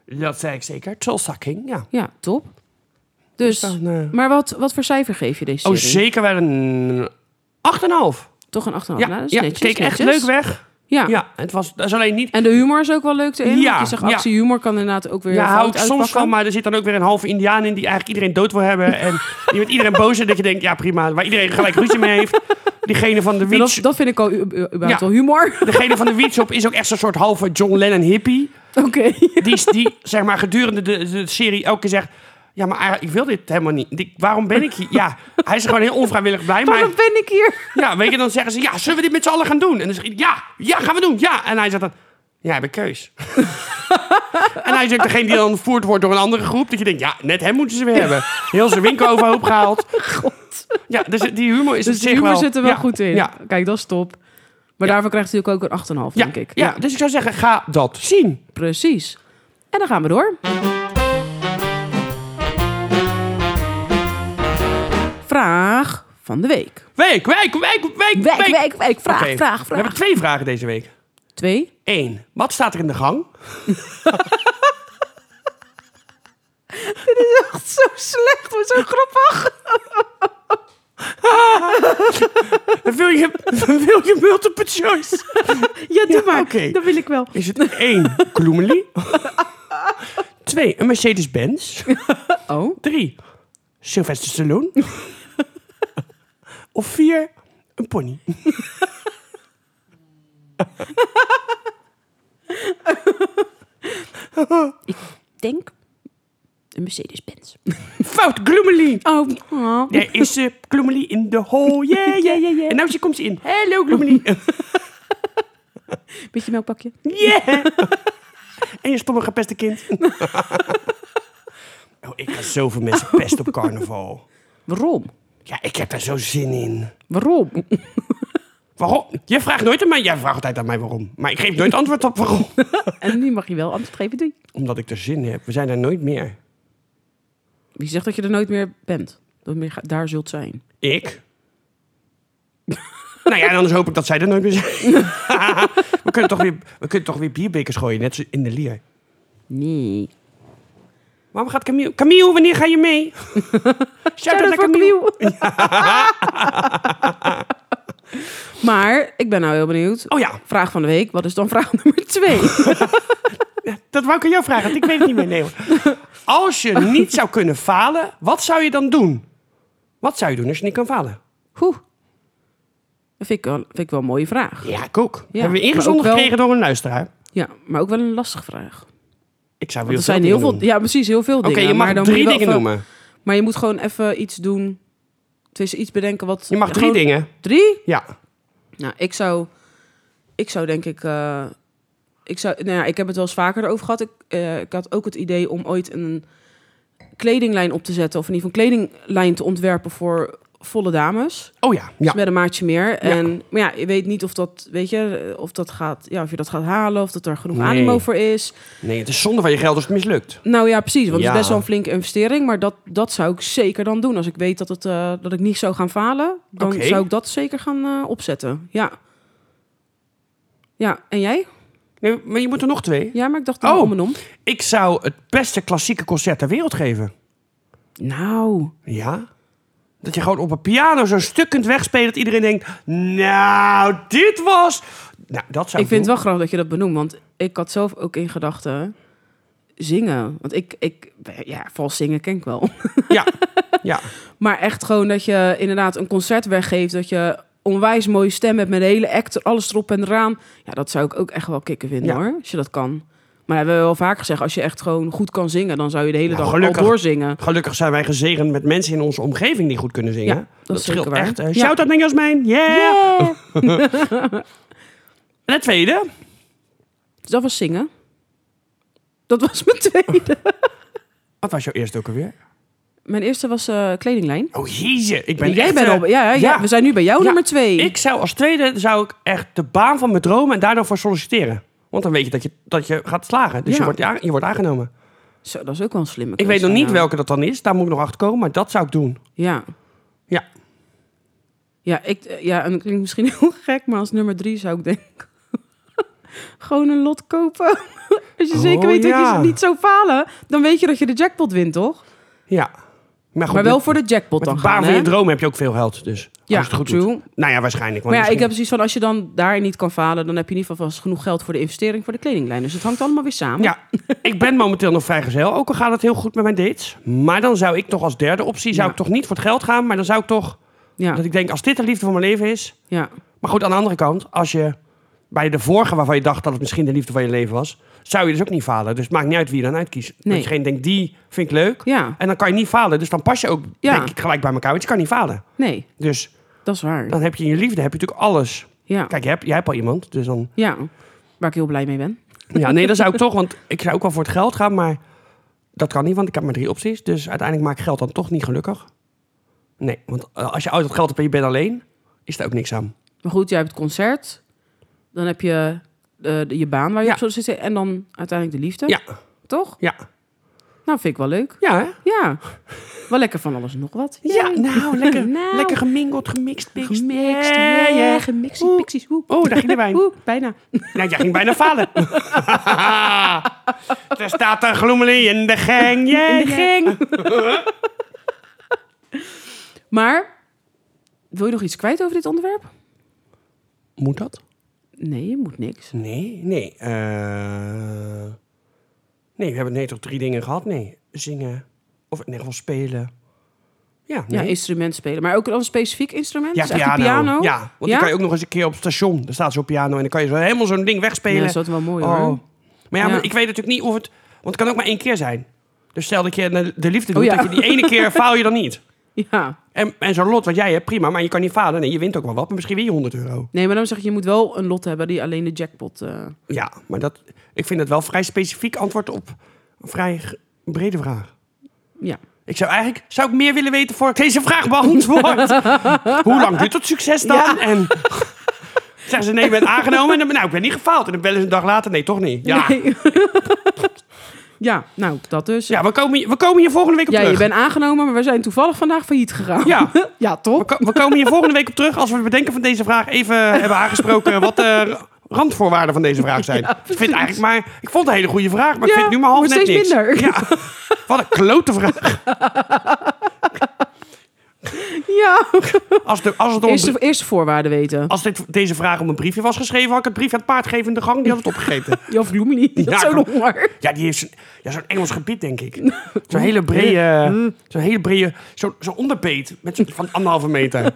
Speaker 1: dat zei ik zeker. Tulsa King, ja. Oh,
Speaker 2: Ja, top. Dus,
Speaker 1: Dan, eh,
Speaker 2: maar wat, wat voor cijfer geef je deze
Speaker 1: oh,
Speaker 2: serie?
Speaker 1: zeker wel een 8,5.
Speaker 2: Toch een 8,5?
Speaker 1: Ja,
Speaker 2: Nou, dat is
Speaker 1: ja
Speaker 2: netjes,
Speaker 1: keek echt
Speaker 2: netjes.
Speaker 1: leuk weg.
Speaker 2: Ja.
Speaker 1: Ja, het was, dat is alleen niet
Speaker 2: En de humor is ook wel leuk erin.
Speaker 1: Ja,
Speaker 2: want je zegt
Speaker 1: ja.
Speaker 2: actiehumor kan inderdaad ook weer
Speaker 1: Ja,
Speaker 2: fout
Speaker 1: hou ik
Speaker 2: uitpakken.
Speaker 1: soms van, maar er zit dan ook weer een halve indiaan in die eigenlijk iedereen dood wil hebben. En die met iedereen boos is dat je denkt, ja prima, waar iedereen gelijk ruzie mee heeft. Diegene van de
Speaker 2: Ja, dat,
Speaker 1: Wiets,
Speaker 2: dat vind ik al u- u- überhaupt
Speaker 1: Ja.
Speaker 2: al humor.
Speaker 1: degene van de Wietsop is ook echt zo'n soort halve John Lennon hippie.
Speaker 2: Oké.
Speaker 1: Die, is- die zeg maar gedurende de, de serie elke keer zegt, ja maar eigenlijk, ik wil dit helemaal niet. Ik- waarom ben ik hier? Ja, hij is er gewoon heel onvrijwillig blij. Maar
Speaker 2: Waarom ben ik hier?
Speaker 1: ja, weet je, dan zeggen ze, ja, zullen we dit met z'n allen gaan doen? En dan zeg je, ja, ja, gaan we doen, ja. En hij zegt dan, ja, heb ik keus. en hij is ook degene die dan voerd wordt door een andere groep. Dat je denkt, ja, net hem moeten ze weer hebben. Heel zijn winkel overhoop gehaald. Ja, dus die humor is
Speaker 2: Dus
Speaker 1: op
Speaker 2: de
Speaker 1: zich
Speaker 2: humor
Speaker 1: wel...
Speaker 2: zit er wel
Speaker 1: ja,
Speaker 2: goed in.
Speaker 1: Ja,
Speaker 2: Kijk, dat is top. Maar daarvoor krijgt hij natuurlijk ook een 8,5,
Speaker 1: ja,
Speaker 2: denk ik.
Speaker 1: ja, dus ik zou zeggen, ga dat zien.
Speaker 2: Precies. En dan gaan we door. Vraag van de week.
Speaker 1: Week, week, week, week,
Speaker 2: Week, week, week. Vraag,
Speaker 1: Oké,
Speaker 2: vraag,
Speaker 1: We
Speaker 2: vraag.
Speaker 1: hebben twee vragen deze week.
Speaker 2: Twee.
Speaker 1: Eén, wat staat er in de gang?
Speaker 2: Echt zo slecht, maar zo grappig.
Speaker 1: Wil je, wil je multiple choice?
Speaker 2: Ja, doe maar.
Speaker 1: oké.
Speaker 2: Dat wil ik wel.
Speaker 1: Is het één, Gloomily? Twee, een Mercedes-Benz?
Speaker 2: Oh.
Speaker 1: Drie, Sylvester Stallone? of vier, een pony?
Speaker 2: Denk. Een Mercedes-Benz.
Speaker 1: Fout, Gloomily!
Speaker 2: Oh. oh.
Speaker 1: Er is eh Gloomily in de hole, yeah, yeah, yeah, yeah. En nou ze komt ze in. Hallo, Gloomily.
Speaker 2: Beetje melkpakje.
Speaker 1: Yeah! en je stomme gepeste kind. oh, ik ga zoveel mensen pesten op carnaval.
Speaker 2: Waarom?
Speaker 1: Ja, ik heb daar zo zin in.
Speaker 2: Waarom?
Speaker 1: Waarom? Je vraagt nooit aan mij. Jij vraagt altijd aan mij waarom. Maar ik geef nooit antwoord op waarom.
Speaker 2: En nu mag je wel antwoord geven. Doei.
Speaker 1: Omdat ik er zin in heb. We zijn er nooit meer.
Speaker 2: Wie zegt dat je er nooit meer bent? Dat je meer ga- daar zult zijn.
Speaker 1: Ik? nou ja, en anders hoop ik dat zij er nooit meer zijn. we, kunnen toch weer, we kunnen toch weer bierbekers gooien, net zo in de lier.
Speaker 2: Nee.
Speaker 1: Waarom gaat Camille... Camille, wanneer ga je mee? Shout-out naar Camille.
Speaker 2: maar ik ben nou heel benieuwd.
Speaker 1: Oh ja,
Speaker 2: Vraag van de week. Wat is dan vraag nummer twee?
Speaker 1: dat wou ik aan jou vragen, want ik weet het niet meer. Nee, hoor. Als je niet zou kunnen falen, wat zou je dan doen? Wat zou je doen als je niet kan falen?
Speaker 2: Oeh. Dat vind ik, wel, vind ik wel een mooie vraag.
Speaker 1: Ja, ik ook.
Speaker 2: Ja,
Speaker 1: Hebben we
Speaker 2: maar
Speaker 1: ingezonden
Speaker 2: ook wel-
Speaker 1: gekregen door een luisteraar?
Speaker 2: Ja, maar ook wel een lastige vraag.
Speaker 1: Ik zou
Speaker 2: Want
Speaker 1: heel
Speaker 2: er zijn heel
Speaker 1: dingen
Speaker 2: veel,
Speaker 1: doen.
Speaker 2: ja, precies, heel veel
Speaker 1: Oké,
Speaker 2: dingen.
Speaker 1: je mag
Speaker 2: maar dan
Speaker 1: drie
Speaker 2: moet je wel
Speaker 1: dingen
Speaker 2: even-
Speaker 1: noemen.
Speaker 2: Maar je moet gewoon even iets doen. Dus iets bedenken wat...
Speaker 1: Je mag drie
Speaker 2: gewoon-
Speaker 1: dingen.
Speaker 2: Drie?
Speaker 1: Ja.
Speaker 2: Nou, ik zou... Ik zou denk ik... eh, ik, zou, nou ja, ik heb het wel eens vaker erover gehad. Ik, eh, ik had ook het idee om ooit een kledinglijn op te zetten. Of in ieder geval een kledinglijn te ontwerpen voor volle dames.
Speaker 1: Oh ja, ja.
Speaker 2: Dus met een maatje meer. En, maar ja, je weet niet of dat, weet je, of dat gaat, ja, of je dat gaat halen, of dat er genoeg
Speaker 1: Nee.
Speaker 2: animo voor is.
Speaker 1: Nee, het is zonde van je geld als het mislukt.
Speaker 2: Nou ja, precies, want het
Speaker 1: Ja.
Speaker 2: is best wel een flinke investering, maar dat, dat zou ik zeker dan doen. Als ik weet dat, het, eh, dat ik niet zou gaan falen, dan
Speaker 1: Oké.
Speaker 2: zou ik dat zeker gaan eh, opzetten. Ja. Ja, en jij?
Speaker 1: Nee, maar je moet er nog twee.
Speaker 2: Ja, maar ik dacht
Speaker 1: Oh.
Speaker 2: om en om.
Speaker 1: Ik zou het beste klassieke concert ter wereld geven.
Speaker 2: Nou,
Speaker 1: Ja? Dat je gewoon op een piano zo'n stuk kunt wegspelen dat iedereen denkt... Nou, dit was... Nou, dat zou ik
Speaker 2: ik vind het
Speaker 1: doen.
Speaker 2: wel grappig dat je dat benoemt, want ik had zelf ook in gedachten zingen. Want ik, ik, ja, vals zingen ken ik wel.
Speaker 1: Ja, ja.
Speaker 2: Maar echt gewoon dat je inderdaad een concert weggeeft. Dat je onwijs mooie stem hebt met de hele act, alles erop en eraan. Ja, dat zou ik ook echt wel kicken vinden
Speaker 1: Ja.
Speaker 2: hoor, als je dat kan. Maar dat hebben we wel vaak gezegd, als je echt gewoon goed kan zingen... dan zou je de hele
Speaker 1: Nou,
Speaker 2: dag
Speaker 1: gelukkig.
Speaker 2: al doorzingen.
Speaker 1: Gelukkig zijn wij gezegend met mensen in onze omgeving die goed kunnen zingen.
Speaker 2: Ja, dat is
Speaker 1: scheelt
Speaker 2: zeker waar.
Speaker 1: echt. eh,
Speaker 2: Ja.
Speaker 1: Shout-out naar Jasmijn. Yeah!
Speaker 2: Yeah!
Speaker 1: En het tweede?
Speaker 2: Dus dat was zingen. Dat was mijn tweede.
Speaker 1: Wat was jouw eerste ook alweer?
Speaker 2: Mijn eerste was eh, kledinglijn.
Speaker 1: Oh, jezus. Ik ben
Speaker 2: Jij
Speaker 1: echt,
Speaker 2: bent
Speaker 1: eh,
Speaker 2: al... Ja, ja,
Speaker 1: ja.
Speaker 2: we zijn nu bij jou
Speaker 1: Ja,
Speaker 2: nummer twee.
Speaker 1: Ik zou als tweede zou ik echt de baan van mijn dromen en daar dan voor solliciteren. Want dan weet je dat je, dat je gaat slagen. Dus
Speaker 2: Ja.
Speaker 1: je, wordt, ja, je wordt aangenomen.
Speaker 2: Zo, dat is ook wel een slimme
Speaker 1: Ik
Speaker 2: keuze,
Speaker 1: weet nog niet
Speaker 2: ja. dus eh,
Speaker 1: welke dat dan is. Daar moet ik nog achter komen. Maar dat zou ik doen.
Speaker 2: Ja.
Speaker 1: Ja.
Speaker 2: Ja, ik, eh, ja, en dat klinkt misschien heel gek, maar als nummer drie zou ik denken... gewoon een lot kopen. als je
Speaker 1: Oh,
Speaker 2: zeker weet dat
Speaker 1: ja.
Speaker 2: je ze niet zou falen, dan weet je dat je de jackpot wint, toch?
Speaker 1: Ja. Maar, goed,
Speaker 2: maar wel
Speaker 1: met-
Speaker 2: voor de jackpot
Speaker 1: met
Speaker 2: dan
Speaker 1: een paar
Speaker 2: gaan,
Speaker 1: van
Speaker 2: hè?
Speaker 1: je dromen heb je ook veel geld. Dus
Speaker 2: Ja,
Speaker 1: als je het goed
Speaker 2: true.
Speaker 1: doet. Nou ja, waarschijnlijk.
Speaker 2: Maar
Speaker 1: want
Speaker 2: ja, ik
Speaker 1: misschien-
Speaker 2: heb precies van, als je dan daar niet kan falen... dan heb je in ieder geval vast genoeg geld voor de investering voor de kledinglijn. Dus het hangt allemaal weer samen.
Speaker 1: Ja, ik ben momenteel nog vrijgezel. Ook al gaat het heel goed met mijn dates. Maar dan zou ik toch als derde optie... zou
Speaker 2: Ja.
Speaker 1: ik toch niet voor het geld gaan. Maar dan zou ik toch...
Speaker 2: Ja,
Speaker 1: Dat ik denk, als dit de liefde van mijn leven is...
Speaker 2: ja.
Speaker 1: Maar goed, aan de andere kant, als je bij de vorige waarvan je dacht dat het misschien de liefde van je leven was, zou je dus ook niet falen. Dus het maakt niet uit wie je dan uitkiest.
Speaker 2: Nee.
Speaker 1: Dat je geen denkt, die vind ik leuk.
Speaker 2: Ja,
Speaker 1: En dan kan je niet falen. Dus dan pas je ook
Speaker 2: Ja.
Speaker 1: denk ik, gelijk bij elkaar, want je kan niet falen.
Speaker 2: nee,
Speaker 1: Dus
Speaker 2: dat is waar.
Speaker 1: dan heb je in je liefde heb je natuurlijk alles.
Speaker 2: Ja,
Speaker 1: Kijk, je hebt, jij hebt al iemand, dus dan...
Speaker 2: ja. waar ik heel blij mee ben.
Speaker 1: Ja, nee, dan zou ik toch, want ik zou ook wel voor het geld gaan, maar dat kan niet, want ik heb maar drie opties. Dus uiteindelijk maakt geld dan toch niet gelukkig. Nee, want eh, als je oud dat geld hebt en je bent alleen, is daar ook niks aan.
Speaker 2: Maar goed, jij hebt het concert. Dan heb je eh, de- je baan waar je
Speaker 1: Ja.
Speaker 2: op zou zitten. En dan uiteindelijk de liefde.
Speaker 1: Ja.
Speaker 2: Toch?
Speaker 1: Ja,
Speaker 2: Nou, vind ik wel leuk.
Speaker 1: ja hè?
Speaker 2: Ja. wel lekker van alles en nog wat.
Speaker 1: Ja, nou, lekker,
Speaker 2: Nou.
Speaker 1: lekker gemingeld, gemixt, pixt.
Speaker 2: Gemixt.
Speaker 1: Ja, ja.
Speaker 2: Gemixt.
Speaker 1: Oeh.
Speaker 2: Pixies. Oeh.
Speaker 1: Oh, daar ging de wijn.
Speaker 2: Oeh, bijna.
Speaker 1: Nou, jij ging bijna falen. er staat een gloemelie in de gang. Yeah,
Speaker 2: In de
Speaker 1: yeah.
Speaker 2: gang. maar, wil je nog iets kwijt over dit onderwerp?
Speaker 1: Moet dat?
Speaker 2: Nee, je moet niks.
Speaker 1: Nee, nee. eh, nee, we hebben nee toch drie dingen gehad? Nee, zingen. Of in ieder geval spelen. Ja,
Speaker 2: Ja,
Speaker 1: nee.
Speaker 2: instrument spelen. Maar ook een specifiek instrument?
Speaker 1: Ja,
Speaker 2: Dus echt een piano?
Speaker 1: Ja, want
Speaker 2: Ja?
Speaker 1: dan kan je ook nog eens een keer op het station. Daar staat zo'n piano en dan kan je zo helemaal zo'n ding
Speaker 2: Ja,
Speaker 1: wegspelen.
Speaker 2: dat is altijd wel mooi
Speaker 1: Oh.
Speaker 2: hoor.
Speaker 1: Maar ja,
Speaker 2: Ja.
Speaker 1: maar ik weet natuurlijk niet of het... Want het kan ook maar één keer zijn. Dus stel dat je de- de liefde
Speaker 2: Oh
Speaker 1: doet,
Speaker 2: ja.
Speaker 1: dat je die ene keer faal je dan niet.
Speaker 2: Ja.
Speaker 1: En, en zo'n lot wat jij hebt, prima, maar je kan niet falen. Nee, je wint ook wel wat, maar misschien weer je 100 euro.
Speaker 2: Nee, maar dan zeg je, je moet wel een lot hebben die alleen de jackpot... eh,
Speaker 1: Ja, maar dat, ik vind dat wel vrij specifiek antwoord op een vrij g- brede vraag.
Speaker 2: ja.
Speaker 1: Ik zou eigenlijk zou ik meer willen weten voor ik deze vraag beantwoord. Hoe lang duurt dat succes dan?
Speaker 2: Ja.
Speaker 1: En Zeggen ze nee, ik ben aangenomen. En dan, nou, ik ben niet gefaald. En dan bellen ze een dag later. Nee, toch niet. Ja,
Speaker 2: Nee. ja, nou, dat dus.
Speaker 1: ja we, komen hier, we komen hier volgende week op
Speaker 2: Ja,
Speaker 1: terug.
Speaker 2: je bent aangenomen, maar we zijn toevallig vandaag failliet gegaan.
Speaker 1: Ja.
Speaker 2: ja
Speaker 1: we,
Speaker 2: toch?
Speaker 1: ko- we komen hier volgende week op terug als we het bedenken van deze vraag even hebben aangesproken wat de randvoorwaarden van deze vraag zijn. ik, vind eigenlijk maar, ik vond het een hele goede vraag, maar ik
Speaker 2: Ja,
Speaker 1: vind het nu maar half
Speaker 2: wordt
Speaker 1: net
Speaker 2: steeds
Speaker 1: niks.
Speaker 2: minder.
Speaker 1: Ja, wat een klote vraag.
Speaker 2: Ja.
Speaker 1: Als, de, als, het om,
Speaker 2: Eerste, eerste voorwaarden weten.
Speaker 1: als dit, deze vraag om een briefje was geschreven, had ik het briefje aan het paard gegeven in de gang. Die had het opgegeten.
Speaker 2: Ja, of Roemli. Dat
Speaker 1: Ja,
Speaker 2: is ook
Speaker 1: klopt.
Speaker 2: nog maar.
Speaker 1: Ja, die heeft zo'n ja, zo'n Engels gebied, denk ik. Zo'n hele brede, eh, zo'n hele brede, zo'n zo'n onderbeet met zo'n- van anderhalve meter.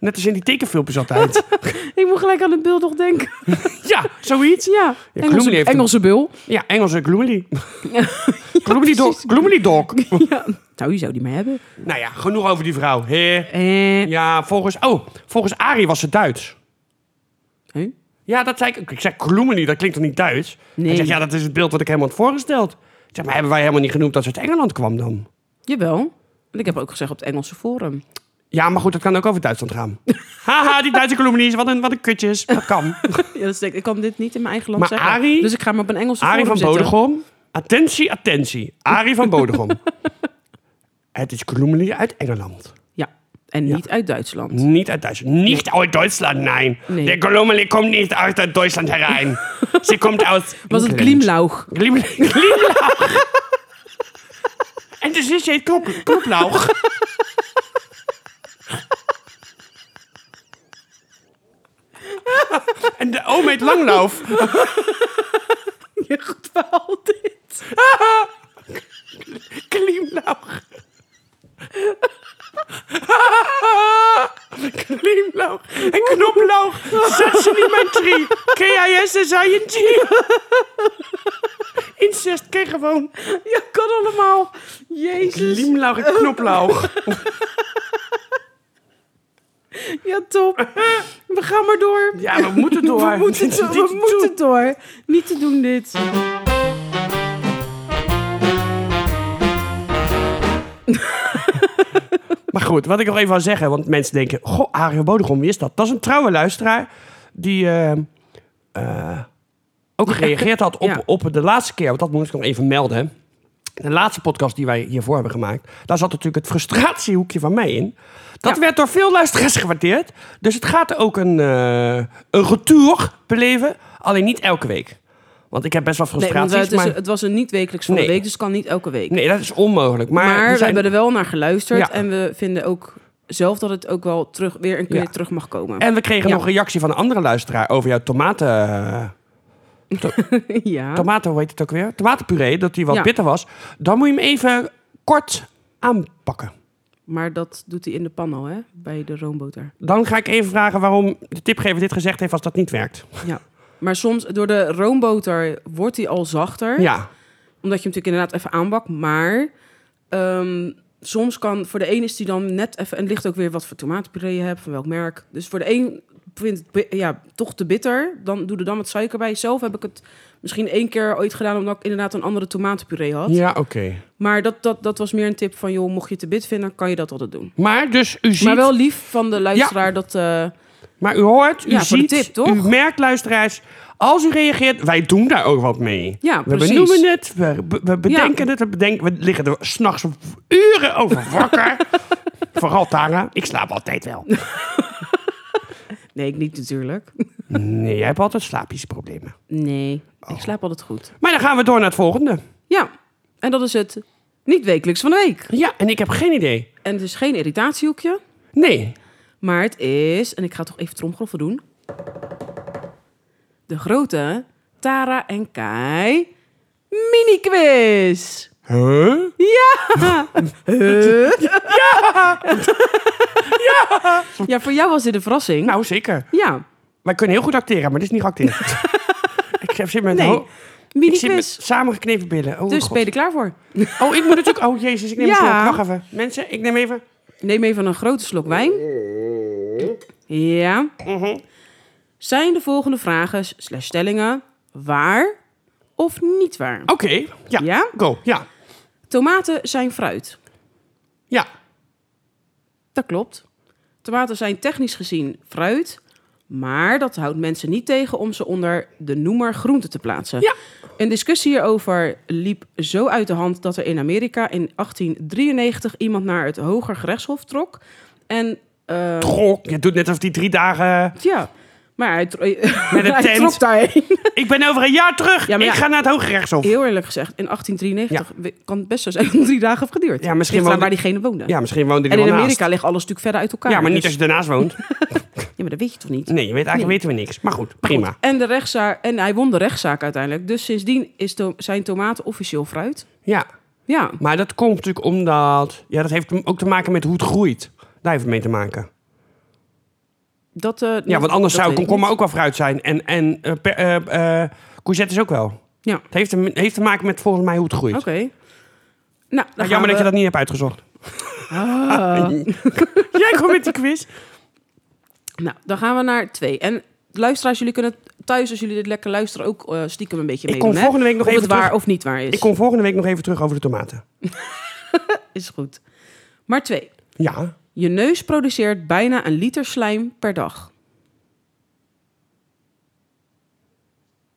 Speaker 1: Net als in die tekenfilmpjes altijd.
Speaker 2: Ik moet gelijk aan het bulldog denken.
Speaker 1: Ja, zoiets.
Speaker 2: Ja,
Speaker 1: Ja,
Speaker 2: Engelse,
Speaker 1: Gloemly heeft een-
Speaker 2: Engelse bul.
Speaker 1: Ja, Engelse gloomily. gloomily, dog, gloomily dog.
Speaker 2: Ja. Nou, je zou die maar hebben.
Speaker 1: nou ja, genoeg over die vrouw. Hè?
Speaker 2: Eh.
Speaker 1: Ja, volgens... Oh, volgens Arie was ze Duits.
Speaker 2: Hè?
Speaker 1: Ja, dat zei ik. Ik zei gloomily, dat klinkt toch niet Duits? Hij
Speaker 2: Nee.
Speaker 1: zegt, ja, dat is het beeld wat ik helemaal had voorgesteld. Ik zeg, maar hebben wij helemaal niet genoemd dat ze uit Engeland kwam dan?
Speaker 2: Jawel. Want ik heb ook gezegd op het Engelse forum.
Speaker 1: Ja, maar goed, dat kan ook over Duitsland gaan. Haha, die Duitse kolonies, wat een, wat een kutjes. Dat kan.
Speaker 2: Ja, dat is denk ik, ik kan dit niet in mijn eigen land
Speaker 1: Maar
Speaker 2: zeggen.
Speaker 1: Arie-
Speaker 2: dus ik ga maar op een Engelse
Speaker 1: Arie
Speaker 2: forum
Speaker 1: van
Speaker 2: zitten.
Speaker 1: Bodegom. Attentie, attentie. Arie van Bodegom. Het is kolonies uit Engeland.
Speaker 2: Ja, en niet uit Duitsland.
Speaker 1: Niet uit Duitsland. Niet uit Deutschland, nein.
Speaker 2: Nee.
Speaker 1: Der Kolomeli kommt nicht aus Deutschland herein. Sie kommt aus.
Speaker 2: Was het
Speaker 1: England.
Speaker 2: Glimlauch?
Speaker 1: Glim- Glimlauch. en de zusje heet Knop- Knoplauch. en de oom heet oh, Langlauf.
Speaker 2: Je goed verhaal dit.
Speaker 1: Glimlauch. Glimlauch en knoplauch. Zet ze niet mijn tree. K-I-S-S-I-N-G. Incest, ken gewoon.
Speaker 2: Ja, kan allemaal. Jezus.
Speaker 1: Glimlauch en knoplauch.
Speaker 2: Ja, top. We gaan maar door.
Speaker 1: Ja, we moeten door.
Speaker 2: We moeten, door,
Speaker 1: Dit is
Speaker 2: we moeten door. Niet te doen dit.
Speaker 1: Maar goed, wat ik nog even wil zeggen, want mensen denken: Goh, Arie Bodegom, wie is dat? Dat is een trouwe luisteraar die eh, eh, ook gereageerd had op,
Speaker 2: ja.
Speaker 1: op de laatste keer. Want dat moet ik nog even melden. De laatste podcast die wij hiervoor hebben gemaakt, daar zat natuurlijk het frustratiehoekje van mij in. Dat
Speaker 2: Ja.
Speaker 1: werd door veel luisteraars gewaardeerd. Dus het gaat ook een, eh een retour beleven, alleen niet elke week. Want ik heb best wel
Speaker 2: Nee,
Speaker 1: frustraties.
Speaker 2: want het, is,
Speaker 1: maar...
Speaker 2: het was een niet wekelijks van de
Speaker 1: Nee.
Speaker 2: week, dus het kan niet elke week.
Speaker 1: Nee, dat is onmogelijk. Maar,
Speaker 2: maar
Speaker 1: er
Speaker 2: we
Speaker 1: zijn-
Speaker 2: hebben er wel naar geluisterd.
Speaker 1: Ja.
Speaker 2: En we vinden ook zelf dat het ook wel terug, weer een keer
Speaker 1: Ja.
Speaker 2: terug mag komen.
Speaker 1: En we kregen
Speaker 2: Ja.
Speaker 1: nog een reactie van een andere luisteraar over jouw tomaten...
Speaker 2: ja.
Speaker 1: Tomaten, hoe heet het ook weer? Tomatenpuree, dat die wat
Speaker 2: Ja.
Speaker 1: bitter was. Dan moet je hem even kort aanpakken.
Speaker 2: Maar dat doet hij in de pan al, hè? Bij de roomboter.
Speaker 1: Dan ga ik even vragen waarom de tipgever dit gezegd heeft als dat niet werkt.
Speaker 2: Ja. Maar soms door de roomboter wordt hij al zachter.
Speaker 1: Ja,
Speaker 2: Omdat je hem natuurlijk inderdaad even aanbakt. Maar ehm, soms kan voor de een is die dan net even. En het ligt ook weer wat voor tomatenpuree je hebt, van welk merk. Dus voor de een vindt het bi- ja, toch te bitter. Dan doe er dan wat suiker bij. Zelf heb ik het misschien één keer ooit gedaan, omdat ik inderdaad een andere tomatenpuree had.
Speaker 1: ja oké.
Speaker 2: Maar dat, dat, dat was meer een tip van, joh, mocht je het te bit vinden, kan je dat altijd doen.
Speaker 1: Maar dus u ziet,
Speaker 2: Maar wel lief van de luisteraar dat... eh,
Speaker 1: maar u hoort, u
Speaker 2: Ja, voor de
Speaker 1: ziet,
Speaker 2: tip, toch?
Speaker 1: u merkt luisteraars... Als u reageert, wij doen daar ook wat mee.
Speaker 2: Ja,
Speaker 1: we
Speaker 2: precies.
Speaker 1: benoemen het, we, be- we bedenken het, we, bedenken, we liggen er s'nachts uren over wakker. Vooral Tara, ik slaap altijd wel.
Speaker 2: Nee, ik niet natuurlijk.
Speaker 1: Nee, jij hebt altijd slaapjesproblemen.
Speaker 2: Nee, ik slaap altijd goed.
Speaker 1: Maar dan gaan we door naar het volgende.
Speaker 2: Ja, en dat is het niet wekelijks van de week.
Speaker 1: Ja, en ik heb geen idee.
Speaker 2: En het is geen irritatiehoekje,
Speaker 1: Nee.
Speaker 2: maar het is... En ik ga toch even tromgroffel doen. De grote Tara en Kai mini-quiz.
Speaker 1: Huh?
Speaker 2: Ja, voor jou was dit een verrassing.
Speaker 1: Nou, zeker.
Speaker 2: ja,
Speaker 1: Wij kunnen heel goed acteren, maar dit is niet geacteerd. ik heb zit met,
Speaker 2: Nee,
Speaker 1: ho- ik zit met
Speaker 2: Nou, mini-quiz.
Speaker 1: samengeknepen billen. Oh,
Speaker 2: Dus
Speaker 1: God.
Speaker 2: ben je er klaar voor?
Speaker 1: oh, ik moet natuurlijk... Oh, jezus, ik neem
Speaker 2: Ja.
Speaker 1: een slok. Wacht even. Mensen, ik neem even...
Speaker 2: Neem even een grote slok wijn. Ja. Zijn de volgende vragen slash stellingen waar of niet waar?
Speaker 1: Oké. Ja.
Speaker 2: Ja?
Speaker 1: Go. Ja.
Speaker 2: Tomaten zijn fruit.
Speaker 1: Ja.
Speaker 2: Dat klopt. Tomaten zijn technisch gezien fruit, Maar dat houdt mensen niet tegen om ze onder de noemer groente te plaatsen.
Speaker 1: Ja.
Speaker 2: Een discussie hierover liep zo uit de hand dat er in Amerika in 1893 iemand naar het Hoger Gerechtshof trok. En eh,
Speaker 1: Trok. Je doet net alsof die drie dagen...
Speaker 2: ja, maar hij, tro-
Speaker 1: Met een
Speaker 2: hij
Speaker 1: tent.
Speaker 2: trok daarheen.
Speaker 1: Ik ben over een jaar terug.
Speaker 2: Ja, maar
Speaker 1: ik
Speaker 2: ja.
Speaker 1: ga naar het Hoge Rechtshof.
Speaker 2: Heel eerlijk gezegd, in 1893 we- kan het best zo zijn dat het drie dagen heeft geduurd.
Speaker 1: Ja, misschien
Speaker 2: Ligt aan waar
Speaker 1: woonde-
Speaker 2: diegene woonde.
Speaker 1: Ja, misschien woonde die
Speaker 2: en in
Speaker 1: wel
Speaker 2: Amerika
Speaker 1: naast.
Speaker 2: ligt alles natuurlijk verder uit elkaar.
Speaker 1: Ja, maar niet
Speaker 2: dus-
Speaker 1: als je daarnaast woont.
Speaker 2: Ja, maar dat weet je toch niet?
Speaker 1: Nee, je weet, eigenlijk weten we niks. Maar goed, prima.
Speaker 2: Goed, En, de rechtszaak, en hij won de rechtszaak uiteindelijk. Dus sindsdien is to- zijn tomaten officieel fruit.
Speaker 1: Ja,
Speaker 2: Ja,
Speaker 1: maar dat komt natuurlijk omdat... Ja, dat heeft ook te maken met hoe het groeit. Daar heeft het mee te maken.
Speaker 2: dat... eh,
Speaker 1: Ja,
Speaker 2: dat-
Speaker 1: want anders
Speaker 2: dat
Speaker 1: zou
Speaker 2: weet ik
Speaker 1: komkommer
Speaker 2: niet.
Speaker 1: ook wel fruit zijn. En, en eh, per- eh, eh, courgette is ook wel.
Speaker 2: Ja,
Speaker 1: Het heeft, te- heeft te maken met volgens mij hoe het groeit.
Speaker 2: oké. Nou, dan
Speaker 1: Maar jammer dat je
Speaker 2: gaan Ah.
Speaker 1: dat niet hebt uitgezocht.
Speaker 2: we-
Speaker 1: Jij komt met die quiz.
Speaker 2: Ah. Nou, dan gaan we naar twee. En luisteraars, jullie kunnen thuis, als jullie dit lekker luisteren, ook eh, stiekem een beetje
Speaker 1: Ik
Speaker 2: mee
Speaker 1: kom volgende week nog
Speaker 2: of
Speaker 1: even
Speaker 2: het waar
Speaker 1: terug.
Speaker 2: of niet waar is.
Speaker 1: Ik kom volgende week nog even terug over de tomaten.
Speaker 2: Is goed. Maar twee.
Speaker 1: Ja.
Speaker 2: Je neus produceert bijna een liter slijm per dag.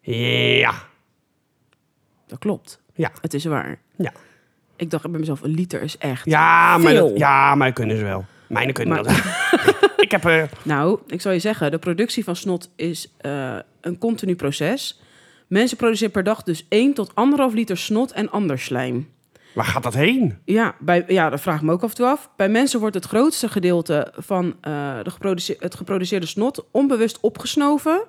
Speaker 1: Ja.
Speaker 2: Dat klopt.
Speaker 1: Ja.
Speaker 2: Het is waar.
Speaker 1: Ja.
Speaker 2: Ik dacht bij mezelf, een liter is echt.
Speaker 1: Ja, maar,
Speaker 2: Veel.
Speaker 1: dat, ja, maar dat kunnen ze wel. Mijne kunnen dat wel. Ik heb... eh,
Speaker 2: Nou, ik zal je zeggen, de productie van snot is eh, een continu proces. Mensen produceren per dag dus 1 tot 1,5 liter snot en ander slijm.
Speaker 1: waar gaat dat heen?
Speaker 2: Ja, bij, ja, dat vraag ik me ook af en toe af. Bij mensen wordt het grootste gedeelte van eh, de geproduce- het geproduceerde snot onbewust opgesnoven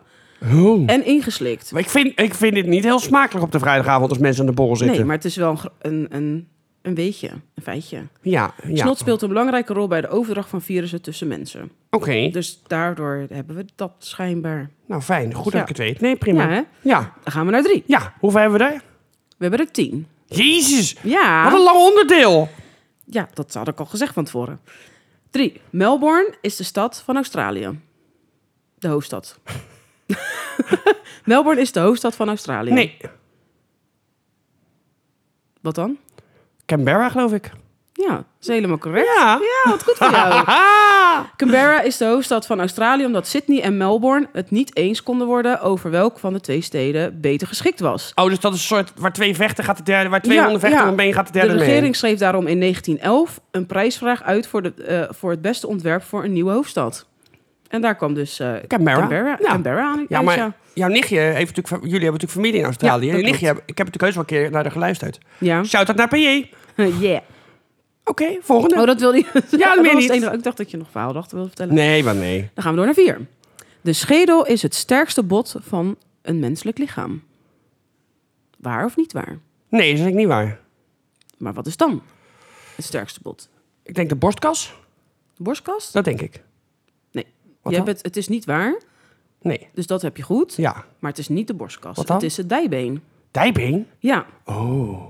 Speaker 2: en ingeslikt.
Speaker 1: Maar ik vind, ik vind dit niet heel smakelijk op de vrijdagavond als mensen aan de borrel zitten.
Speaker 2: Nee, maar het is wel een, gro- een, een, een weetje, een feitje.
Speaker 1: Ja, ja.
Speaker 2: Snot speelt een belangrijke rol bij de overdracht van virussen tussen mensen.
Speaker 1: Oké,
Speaker 2: Dus daardoor hebben we dat schijnbaar.
Speaker 1: nou fijn. Goed
Speaker 2: Ja.
Speaker 1: dat ik het weet. Nee, prima.
Speaker 2: Ja,
Speaker 1: Ja,
Speaker 2: hè?
Speaker 1: ja.
Speaker 2: Dan gaan we naar drie.
Speaker 1: hoeveel hebben we daar?
Speaker 2: We hebben er tien.
Speaker 1: Jezus,
Speaker 2: Ja.
Speaker 1: wat een lang onderdeel.
Speaker 2: Ja, dat had ik al gezegd van tevoren. 3. Melbourne is de stad van Australië. De hoofdstad. Melbourne is de hoofdstad van Australië.
Speaker 1: Nee,
Speaker 2: Wat dan?
Speaker 1: Canberra geloof ik.
Speaker 2: Ja, dat is helemaal correct.
Speaker 1: Ja.
Speaker 2: Ja, wat goed voor jou.
Speaker 1: Ah,
Speaker 2: Canberra is de hoofdstad van Australië omdat Sydney en Melbourne het niet eens konden worden over welk van de twee steden beter geschikt was.
Speaker 1: Oh, dus dat is een soort waar twee vechten gaat de derde, waar twee
Speaker 2: Ja,
Speaker 1: honden vechten
Speaker 2: ja.
Speaker 1: om een been gaat de derde
Speaker 2: de
Speaker 1: mee.
Speaker 2: regering schreef daarom in 1911 een prijsvraag uit voor, de, eh, voor het beste ontwerp voor een nieuwe hoofdstad. En daar kwam dus eh,
Speaker 1: Canberra.
Speaker 2: Canberra,
Speaker 1: Ja.
Speaker 2: Canberra aan.
Speaker 1: Ja,
Speaker 2: uit,
Speaker 1: maar jouw nichtje heeft natuurlijk, fa- jullie hebben natuurlijk familie in Australië.
Speaker 2: Ja, dat
Speaker 1: Je nichtje, heb- ik heb natuurlijk heus wel een keer naar haar geluisterd.
Speaker 2: ja.
Speaker 1: Shout-out naar PJ.
Speaker 2: Yeah.
Speaker 1: Oké, volgende.
Speaker 2: Oh, dat wilde je.
Speaker 1: Ja, dat meen niet.
Speaker 2: was het enige. oh, Ik dacht dat je nog verhaal dacht wilde vertellen.
Speaker 1: Nee, maar nee.
Speaker 2: Dan gaan we door naar vier. De schedel is het sterkste bot van een menselijk lichaam. Waar of niet waar?
Speaker 1: Nee, dat is niet waar.
Speaker 2: Maar wat is dan het sterkste bot?
Speaker 1: Ik denk de borstkas.
Speaker 2: De borstkast?
Speaker 1: Dat denk ik.
Speaker 2: Nee.
Speaker 1: Wat
Speaker 2: Je
Speaker 1: dan?
Speaker 2: hebt het, het is niet waar,
Speaker 1: Nee.
Speaker 2: dus dat heb je goed.
Speaker 1: Ja.
Speaker 2: Maar het is niet de borstkast.
Speaker 1: Wat dan?
Speaker 2: Het is het dijbeen.
Speaker 1: Dijbeen?
Speaker 2: Ja,
Speaker 1: Oh.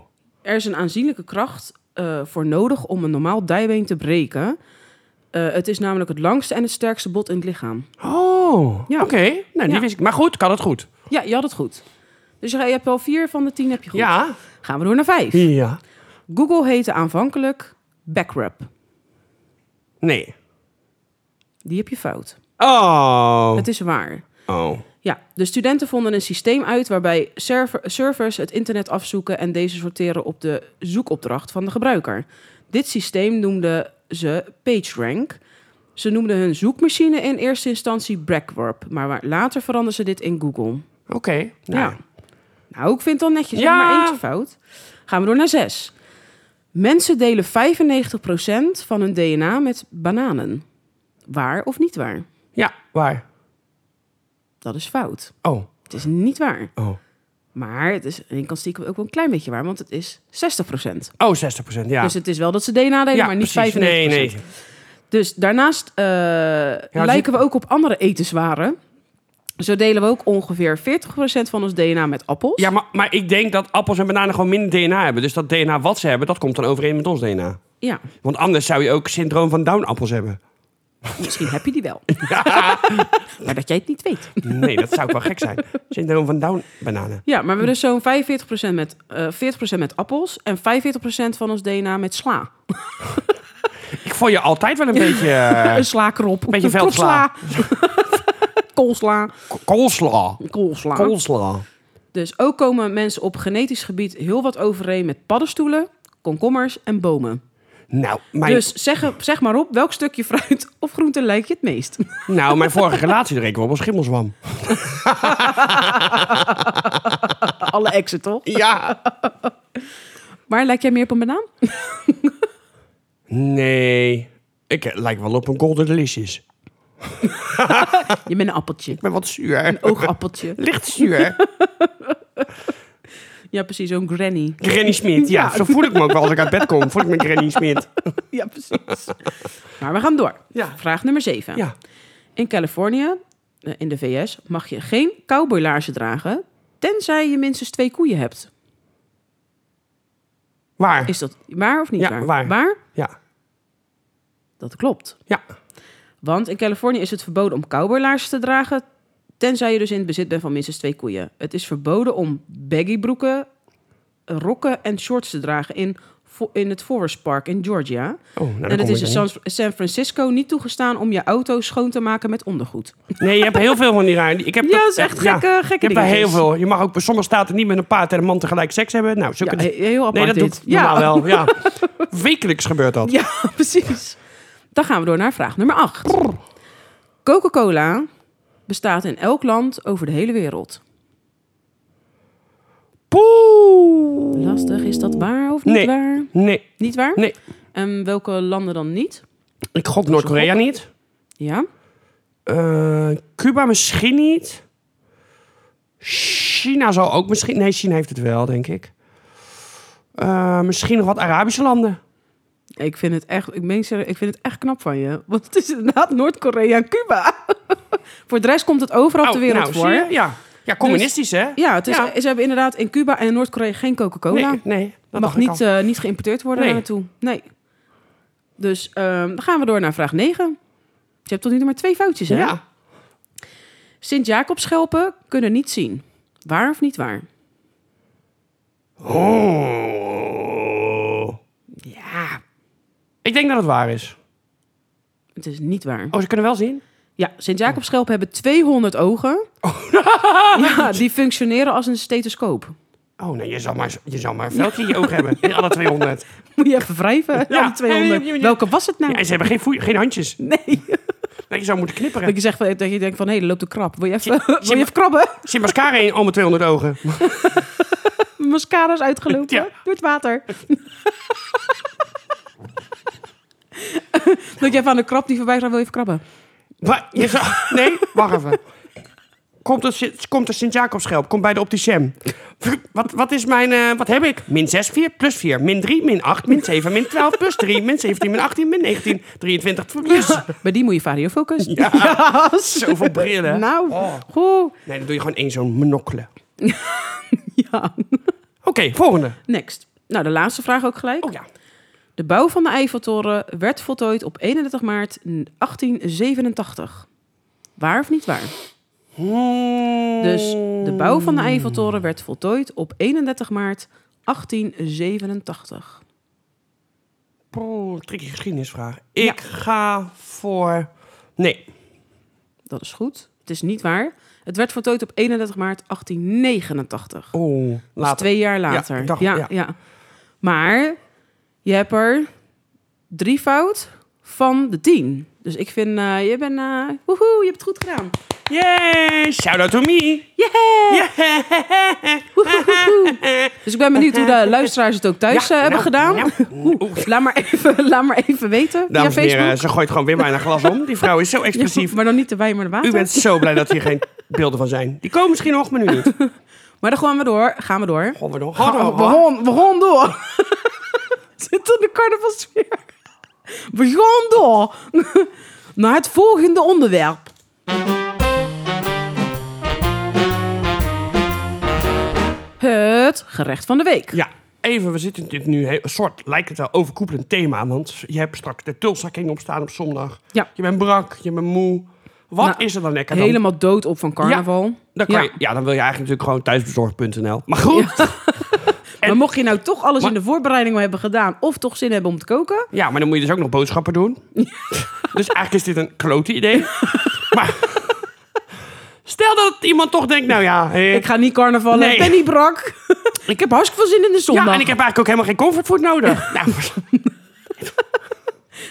Speaker 2: er is een aanzienlijke kracht eh, voor nodig om een normaal dijbeen te breken. Eh, het is namelijk het langste en het sterkste bot in het lichaam.
Speaker 1: Oh.
Speaker 2: Ja.
Speaker 1: Oké. Nou, die
Speaker 2: Ja.
Speaker 1: wist ik. Maar goed, kan het goed.
Speaker 2: Ja, je had het goed. Dus je je hebt wel vier van de tien heb je goed.
Speaker 1: Ja.
Speaker 2: Gaan we door naar vijf.
Speaker 1: Ja.
Speaker 2: Google heette aanvankelijk Backrub.
Speaker 1: Nee.
Speaker 2: Die heb je fout.
Speaker 1: Oh.
Speaker 2: Het is waar.
Speaker 1: Oh.
Speaker 2: Ja, de studenten vonden een systeem uit waarbij server- servers het internet afzoeken en deze sorteren op de zoekopdracht van de gebruiker. Dit systeem noemden ze PageRank. Ze noemden hun zoekmachine in eerste instantie Backrub, maar wa- later veranderden ze dit in Google.
Speaker 1: Oké. Nou.
Speaker 2: Ja. Nou, ik vind het al netjes.
Speaker 1: Ja.
Speaker 2: Ja. Maar eentje fout. Gaan we door naar zes. Mensen delen 95% van hun DNA met bananen. Waar of niet waar?
Speaker 1: Ja, waar?
Speaker 2: Dat is fout.
Speaker 1: Oh.
Speaker 2: Het is niet waar.
Speaker 1: Oh.
Speaker 2: Maar het is ik kan stiekem ook wel een klein beetje waar, want het is 60%.
Speaker 1: Oh, 60%. Ja.
Speaker 2: Dus het is wel dat ze DNA delen,
Speaker 1: ja,
Speaker 2: maar niet 95%.
Speaker 1: Nee, nee.
Speaker 2: Dus daarnaast eh, lijken we ook op andere etenswaren. Zo delen we ook ongeveer 40% van ons DNA met appels.
Speaker 1: Ja, maar, maar ik denk dat appels en bananen gewoon minder DNA hebben. Dus dat DNA wat ze hebben, dat komt dan overeen met ons DNA.
Speaker 2: ja,
Speaker 1: Want anders zou je ook syndroom van Down-appels hebben.
Speaker 2: misschien heb je die wel. maar dat jij het niet weet.
Speaker 1: Nee, dat zou ook wel gek zijn. Syndroom van Down-bananen.
Speaker 2: Ja, maar we hebben dus zo'n 45% met, eh 40% met appels en 45% van ons DNA met sla.
Speaker 1: Ik vond je altijd wel een beetje... eh,
Speaker 2: Een slakrop.
Speaker 1: beetje veldsla.
Speaker 2: Kropsla. koolsla.
Speaker 1: Ko- Koolsla.
Speaker 2: Koolsla.
Speaker 1: Koolsla.
Speaker 2: Dus ook komen mensen op genetisch gebied heel wat overeen met paddenstoelen, komkommers en bomen.
Speaker 1: Nou, mijn,
Speaker 2: Dus zeg, zeg maar op, welk stukje fruit of groente lijkt je het meest?
Speaker 1: nou, mijn vorige relatie drinken we op een schimmelzwam.
Speaker 2: Alle exen, toch?
Speaker 1: Ja.
Speaker 2: Maar lijkt jij meer op een banaan?
Speaker 1: Nee. Ik eh, lijk wel op een Golden Delicious.
Speaker 2: Je bent een appeltje.
Speaker 1: Ik ben wat zuur.
Speaker 2: Oogappeltje.
Speaker 1: Licht zuur.
Speaker 2: Ja, precies, zo'n granny.
Speaker 1: Granny Smit. Ja,
Speaker 2: Ja.
Speaker 1: zo voel ik me ook wel als ik uit bed kom. Voel ik me Granny Smit.
Speaker 2: Ja, precies. Maar we gaan door.
Speaker 1: Ja.
Speaker 2: Vraag nummer 7.
Speaker 1: Ja.
Speaker 2: In Californië, eh, in de VS, mag je geen cowboylaarzen dragen, tenzij je minstens twee koeien hebt.
Speaker 1: Waar?
Speaker 2: Is dat waar of niet
Speaker 1: Ja,
Speaker 2: waar?
Speaker 1: waar.
Speaker 2: Waar?
Speaker 1: Ja.
Speaker 2: Dat klopt.
Speaker 1: Ja.
Speaker 2: Want in Californië is het verboden om cowboylaarzen te dragen, tenzij je dus in het bezit bent van minstens twee koeien. Het is verboden om baggybroeken, rokken en shorts te dragen in, vo- in het Forest Park in Georgia.
Speaker 1: Oh, nou, daar
Speaker 2: en het
Speaker 1: kom
Speaker 2: is in
Speaker 1: ik dan
Speaker 2: San, San Francisco niet toegestaan om je auto schoon te maken met ondergoed.
Speaker 1: niet. Nee, je hebt heel veel van die raar. Ik heb
Speaker 2: Ja, dat is echt gekke- gekke
Speaker 1: Je hebt er heel
Speaker 2: dingetjes.
Speaker 1: veel. Je mag ook bij sommige staten niet met een paard en een man tegelijk seks hebben. Nou, zulke
Speaker 2: Ja, he- heel apart
Speaker 1: Nee, dat
Speaker 2: dit.
Speaker 1: doet
Speaker 2: ja.
Speaker 1: normaal wel. Ja. Wekelijks gebeurt dat.
Speaker 2: Ja, precies. Dan gaan we door naar vraag nummer 8. Coca-Cola bestaat in elk land over de hele wereld.
Speaker 1: Poeh.
Speaker 2: Lastig, is dat waar of niet
Speaker 1: Nee.
Speaker 2: waar?
Speaker 1: Nee,
Speaker 2: Niet waar?
Speaker 1: nee.
Speaker 2: En welke landen dan niet?
Speaker 1: Ik gok Noord-Korea niet.
Speaker 2: Ja.
Speaker 1: Eh, Cuba misschien niet. China zou ook misschien... Nee, China heeft het wel, denk ik. Eh, misschien nog wat Arabische landen.
Speaker 2: Ik vind het echt, ik meen serieus, ik vind het echt knap van je. Want het is inderdaad Noord-Korea en Cuba. Voor de rest komt het overal
Speaker 1: Oh,
Speaker 2: ter wereld
Speaker 1: nou,
Speaker 2: voor. Dus
Speaker 1: zie je? Ja. ja, communistisch, hè?
Speaker 2: Ja, het is,
Speaker 1: Ja.
Speaker 2: ze hebben inderdaad in Cuba en in Noord-Korea geen Coca-Cola.
Speaker 1: Nee, nee, dat
Speaker 2: Mag
Speaker 1: dacht ik
Speaker 2: niet,
Speaker 1: al.
Speaker 2: eh, niet geïmporteerd worden
Speaker 1: Nee.
Speaker 2: naartoe. Nee. Dus ehm, dan gaan we door naar vraag 9. Je hebt tot nu toe maar twee foutjes, hè?
Speaker 1: ja.
Speaker 2: Sint-Jacobsschelpen kunnen niet zien. Waar of niet waar?
Speaker 1: Oh.
Speaker 2: Ja.
Speaker 1: Ik denk dat het waar is.
Speaker 2: Het is niet waar.
Speaker 1: Oh, ze kunnen wel zien?
Speaker 2: Ja, Sint-Jacobsschelpen hebben 200 ogen. Ja, die functioneren als een stethoscoop.
Speaker 1: Oh, nee, je zou maar, je zou maar een veldje in je oog hebben. In alle 200.
Speaker 2: Moet je even wrijven?
Speaker 1: Ja.
Speaker 2: Ja, 200.
Speaker 1: Ja, ja, ja.
Speaker 2: Welke was het nou?
Speaker 1: Ja, en ze hebben geen, voe- geen handjes.
Speaker 2: Nee.
Speaker 1: Nee, je zou moeten knipperen.
Speaker 2: Dat je, zegt, van- eh, dat je denkt van, hé, hey, er loopt een krab. Wil je even, wil je even krabben?
Speaker 1: Er Zit mascara in al mijn 200 ogen.
Speaker 2: Mascara is uitgelopen
Speaker 1: Ja.
Speaker 2: door het water. dat je even aan de krab die voorbij gaat, wil je even krabben?
Speaker 1: Wa- je zou- nee, wacht even. Komt er, Sint- komt er Sint-Jacobsschelp? Komt bij de opticien. Wat, wat is mijn... eh, wat heb ik? Min 6, 4, plus 4. Min 3, min 8, min 7, min 12, plus 3. Min 17, min 18, min 19, 23, plus...
Speaker 2: Bij die moet je variofocus.
Speaker 1: Ja. Zoveel brillen.
Speaker 2: Nou,
Speaker 1: Oh.
Speaker 2: goh.
Speaker 1: Nee, dan doe je gewoon één zo'n monocle.
Speaker 2: Ja.
Speaker 1: Oké, volgende.
Speaker 2: Next. Nou, de laatste vraag ook gelijk.
Speaker 1: Oh ja.
Speaker 2: De bouw van de Eiffeltoren werd voltooid op 31 maart 1887. Waar of niet waar?
Speaker 1: Hmm.
Speaker 2: Dus de bouw van de Eiffeltoren werd voltooid op 31 maart 1887.
Speaker 1: Poeh, tricky geschiedenisvraag. Ik ga voor... Nee.
Speaker 2: Dat is goed. Het is niet waar. Het werd voltooid op 31 maart 1889.
Speaker 1: Oeh,
Speaker 2: Dat is
Speaker 1: Oh, later.
Speaker 2: twee jaar Oh. later.
Speaker 1: ik dacht- ja.
Speaker 2: ja. ja. Maar je hebt er drie fout van de tien. Dus ik vind, eh, je bent, eh, woehoe, je hebt het goed gedaan.
Speaker 1: Yay, shout out to me.
Speaker 2: Yeah! Woehoehoe. Dus ik ben benieuwd hoe de luisteraars het ook thuis
Speaker 1: Ja,
Speaker 2: eh, hebben
Speaker 1: nou,
Speaker 2: gedaan.
Speaker 1: nou,
Speaker 2: Oeh, laat, maar even, laat maar even weten
Speaker 1: Dames en
Speaker 2: via Facebook.
Speaker 1: heren, ze gooit gewoon weer mijn glas om. Die vrouw is zo expressief.
Speaker 2: Ja, maar dan niet de wijn, maar de water.
Speaker 1: U bent zo blij dat hier geen beelden van zijn. Die komen misschien nog, maar nu niet.
Speaker 2: Maar dan gaan we door. Gaan we door.
Speaker 1: Gaan we nog.
Speaker 2: Gaan Oh, we- we gaan- we gaan door. Zit in de carnavalsfeer. We gaan door naar het volgende onderwerp. Het gerecht van de week.
Speaker 1: Ja, even, we zitten dit nu heel, een soort, lijkt het wel, overkoepelend thema. Want je hebt straks de Tulsa King opstaan op zondag.
Speaker 2: Ja.
Speaker 1: Je bent brak, je bent moe. Wat
Speaker 2: Nou,
Speaker 1: is er dan lekker dan?
Speaker 2: Helemaal dood op van carnaval.
Speaker 1: Dan kan
Speaker 2: Ja.
Speaker 1: Je, ja, dan wil je eigenlijk natuurlijk gewoon thuisbezorgd.nl. Maar goed. Ja.
Speaker 2: Maar mocht je nou toch alles in de voorbereiding al hebben gedaan... of toch zin hebben om te koken...
Speaker 1: maar dan moet je dus ook nog boodschappen doen. dus eigenlijk is dit een klote idee. maar Stel dat iemand toch denkt, nou ja, eh,
Speaker 2: Ik ga niet carnavallen.
Speaker 1: Nee.
Speaker 2: Ik ben niet brak. ik heb hartstikke veel zin in de zondag.
Speaker 1: ja, en ik heb eigenlijk ook helemaal geen comfortfood nodig. nou,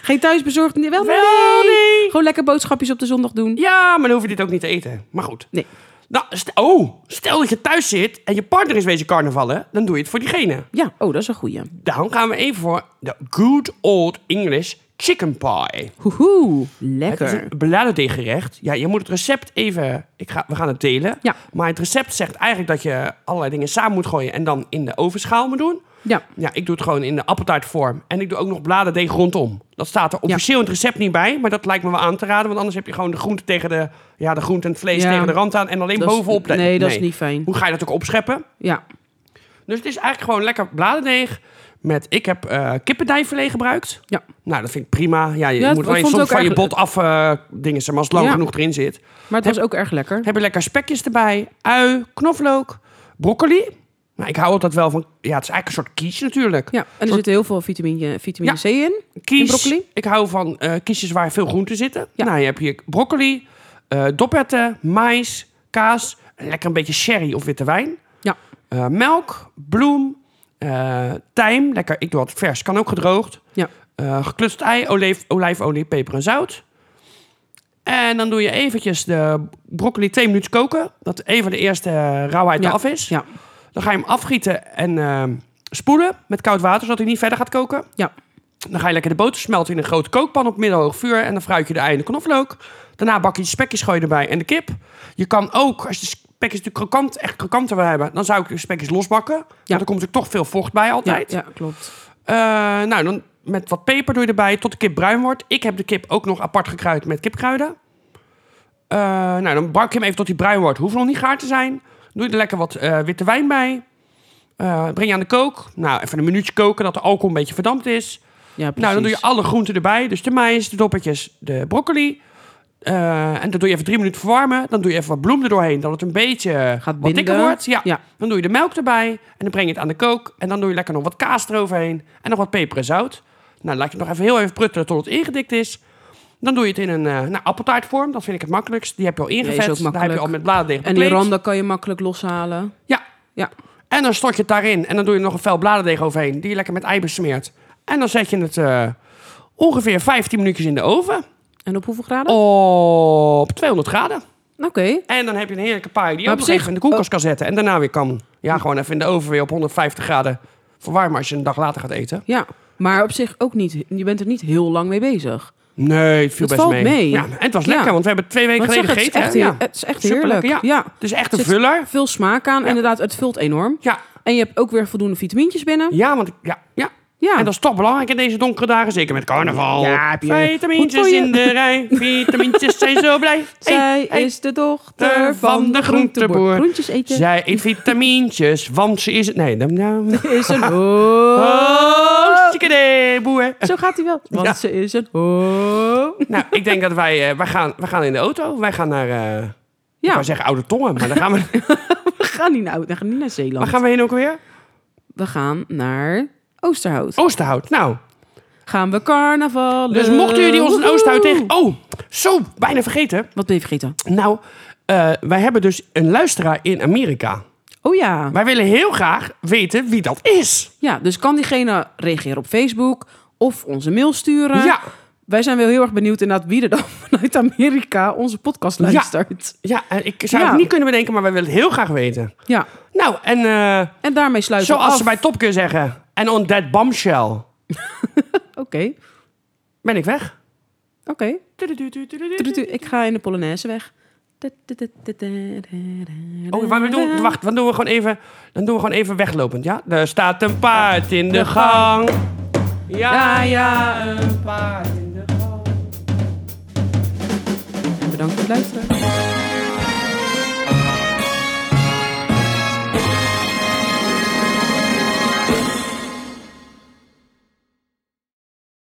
Speaker 2: Geen thuisbezorgd. Nee, wel,
Speaker 1: wel
Speaker 2: nee.
Speaker 1: nee.
Speaker 2: Gewoon lekker boodschapjes op de zondag doen.
Speaker 1: Ja, maar dan hoef je dit ook niet te eten. Maar goed.
Speaker 2: Nee.
Speaker 1: Nou, st- oh, stel dat je thuis zit en je partner is wezen carnavallen, dan doe je het voor diegene.
Speaker 2: Ja, oh, dat is een goeie.
Speaker 1: Dan gaan we even voor de good old English chicken pie.
Speaker 2: Hoehoe,
Speaker 1: dus Het is
Speaker 2: lekker.
Speaker 1: een bladerdeeggerecht. Ja, je moet het recept even... Ik ga, we gaan het delen.
Speaker 2: Ja.
Speaker 1: Maar het recept zegt eigenlijk dat je allerlei dingen samen moet gooien... en dan in de ovenschaal moet doen.
Speaker 2: Ja,
Speaker 1: Ja, ik doe het gewoon in de appeltaartvorm. En ik doe ook nog bladerdeeg rondom. Dat staat er officieel in het recept niet bij, maar dat lijkt me wel aan te raden. Want anders heb je gewoon de groente tegen de... Ja, de groente en het vlees
Speaker 2: Ja.
Speaker 1: tegen de rand aan en alleen
Speaker 2: Dat is-
Speaker 1: bovenop. de-
Speaker 2: nee, dat is niet fijn.
Speaker 1: Hoe ga je dat ook opscheppen?
Speaker 2: ja.
Speaker 1: Dus het is eigenlijk gewoon lekker bladerdeeg met... Ik heb eh kippendijverlee gebruikt.
Speaker 2: Ja.
Speaker 1: Nou, dat vind ik prima. Ja, je
Speaker 2: Ja,
Speaker 1: moet
Speaker 2: ik
Speaker 1: wel je
Speaker 2: vond het
Speaker 1: soms
Speaker 2: ook
Speaker 1: van je bot
Speaker 2: eigenlijk-
Speaker 1: af eh, dingen zeg maar, als het lang
Speaker 2: Ja.
Speaker 1: genoeg erin zit.
Speaker 2: Maar het was ook erg lekker.
Speaker 1: Heb je lekker spekjes erbij, ui, knoflook, broccoli. Nou, ik hou altijd wel van... Ja, het is eigenlijk een soort quiche natuurlijk.
Speaker 2: Ja, en er zit heel veel vitamine, vitamine
Speaker 1: Ja.
Speaker 2: C in.
Speaker 1: Kies.
Speaker 2: En broccoli?
Speaker 1: Ik hou van eh, kiesjes waar veel groenten zitten.
Speaker 2: Ja.
Speaker 1: Nou, je hebt hier broccoli, eh doperten, mais, kaas, lekker een beetje sherry of witte wijn.
Speaker 2: Ja.
Speaker 1: Eh, melk, bloem, eh tijm, lekker, ik doe altijd vers, kan ook gedroogd.
Speaker 2: Ja.
Speaker 1: Eh, geklutst ei, olijf, olijfolie, peper en zout. En dan doe je eventjes de broccoli twee minuten koken. Dat even de eerste eh, rauwheid
Speaker 2: Ja.
Speaker 1: af is.
Speaker 2: Ja.
Speaker 1: Dan ga je hem afgieten en ehm, spoelen met koud water, zodat hij niet verder gaat koken.
Speaker 2: Ja.
Speaker 1: Dan ga je lekker de boter smelten in een grote kookpan op middelhoog vuur. En dan fruit je de ei en de knoflook. Daarna bak je de spekjes gooi je erbij en de kip. Je kan ook, als je de spekjes de krokant, echt krokanter wil hebben, dan zou ik de spekjes losbakken. Ja. Want er komt natuurlijk toch veel vocht bij
Speaker 2: Ja,
Speaker 1: altijd.
Speaker 2: ja, klopt.
Speaker 1: Eh, nou, dan met wat peper doe je erbij tot de kip bruin wordt. Ik heb de kip ook nog apart gekruid met kipkruiden. Eh, nou, dan bak je hem even tot hij bruin wordt. Hoeft nog niet gaar te zijn. Doe je er lekker wat eh, witte wijn bij. Eh, breng je aan de kook. Nou, even een minuutje koken dat de alcohol een beetje verdampt is.
Speaker 2: Ja, precies.
Speaker 1: Nou, dan doe je alle groenten erbij. Dus de mais, de doppertjes, de broccoli. Eh, en dat doe je even drie minuten verwarmen. Dan doe je even wat bloem erdoorheen, dat het een beetje eh,
Speaker 2: Gaat
Speaker 1: wat dikker
Speaker 2: binden.
Speaker 1: wordt. Ja.
Speaker 2: Ja.
Speaker 1: Dan doe je de melk erbij en dan breng je het aan de kook. En dan doe je lekker nog wat kaas eroverheen en nog wat peper en zout. Nou, laat je het nog even heel even pruttelen tot het ingedikt is. Dan doe je het in een eh nou, appeltaartvorm. Dat vind ik het makkelijkst. Die heb je al ingevet.
Speaker 2: ook
Speaker 1: Daar heb je
Speaker 2: makkelijk.
Speaker 1: al met bladerdeeg
Speaker 2: En die
Speaker 1: bekleed.
Speaker 2: randen kan je makkelijk loshalen.
Speaker 1: Ja.
Speaker 2: Ja.
Speaker 1: En dan stort je het daarin. En dan doe je er nog een vel bladerdeeg overheen. Die je lekker met ei besmeert. En dan zet je het eh, ongeveer 15 minuutjes in de oven.
Speaker 2: En op hoeveel graden? Nou,
Speaker 1: Op 200 graden.
Speaker 2: Oké.
Speaker 1: En dan heb je een heerlijke paai die je
Speaker 2: Maar
Speaker 1: ook nog
Speaker 2: op zich-
Speaker 1: even in de koelkast kan zetten. En daarna weer kan. Ja, gewoon even in de oven weer op 150 graden verwarmen als je een dag later gaat eten.
Speaker 2: Ja, maar op zich ook niet. Je bent er niet heel lang mee bezig.
Speaker 1: Nee, het viel
Speaker 2: Het
Speaker 1: best
Speaker 2: valt
Speaker 1: mee.
Speaker 2: mee.
Speaker 1: Ja, en het was
Speaker 2: Ja.
Speaker 1: lekker, want we hebben twee weken
Speaker 2: Want
Speaker 1: geleden
Speaker 2: zeg, het, is
Speaker 1: gegeten.
Speaker 2: echt,
Speaker 1: hè?
Speaker 2: heer-
Speaker 1: ja.
Speaker 2: het is echt
Speaker 1: Superlekker,
Speaker 2: heerlijk. Ja.
Speaker 1: ja. Het is echt een
Speaker 2: Zit-
Speaker 1: vuller.
Speaker 2: Veel smaak aan. Inderdaad, het vult enorm.
Speaker 1: Ja,
Speaker 2: En je hebt ook weer voldoende vitamintjes binnen.
Speaker 1: ja, want ik- ja, ja.
Speaker 2: Ja.
Speaker 1: En dat is toch belangrijk in deze donkere dagen, zeker met carnaval.
Speaker 2: Ja, heb je- Hoe
Speaker 1: Vitamintjes
Speaker 2: voel je-
Speaker 1: in de rij, vitamintjes zijn zo blij.
Speaker 2: Zij
Speaker 1: Hey, hey.
Speaker 2: is de
Speaker 1: Eh,
Speaker 2: dochter van de groenteboer. Groentjes eten
Speaker 1: Zij eet vitamintjes, want ze is het... Nee, dan... nou.
Speaker 2: is een
Speaker 1: Oh,
Speaker 2: ho.
Speaker 1: chicadee, boer.
Speaker 2: Zo gaat hij wel. Want
Speaker 1: Ja.
Speaker 2: ze is een ho.
Speaker 1: Nou, ik denk dat wij... eh, wij, gaan, wij gaan in de auto. Wij gaan naar... eh, Ik
Speaker 2: Ja,
Speaker 1: wou zeggen oude tongen, maar dan gaan we...
Speaker 2: we gaan niet naar, we gaan niet naar Zeeland.
Speaker 1: Waar gaan we heen ook weer?
Speaker 2: We gaan naar Oosterhout.
Speaker 1: Oosterhout. Nou,
Speaker 2: Gaan we carnaval.
Speaker 1: dus mochten jullie ons in Oosterhout tegen... Oh, zo, bijna vergeten.
Speaker 2: Wat ben je vergeten?
Speaker 1: Nou, eh, wij hebben dus een luisteraar in Amerika.
Speaker 2: Oh ja.
Speaker 1: Wij willen heel graag weten wie dat is.
Speaker 2: Ja, dus kan diegene reageren op Facebook of onze mail sturen.
Speaker 1: Ja.
Speaker 2: Wij zijn wel heel erg benieuwd inderdaad wie er dan vanuit Amerika onze podcast luistert.
Speaker 1: Ja, eh, ik zou
Speaker 2: Ja.
Speaker 1: het niet kunnen bedenken, maar wij willen het heel graag weten.
Speaker 2: Ja.
Speaker 1: Nou, en eh,
Speaker 2: En daarmee sluiten we
Speaker 1: zoals
Speaker 2: af.
Speaker 1: ze bij Top Gear zeggen... En on that bombshell
Speaker 2: Oké.
Speaker 1: ben ik weg.
Speaker 2: Oké. Tudu-tudu, Ik ga in de Polonaise weg.
Speaker 1: Oh, maar we doen, wacht, dan doen we gewoon even, dan doen we gewoon even weglopend, ja? Er staat een paard in de gang. Ja, ja, een paard in de gang.
Speaker 2: Oh, Bedankt voor het luisteren.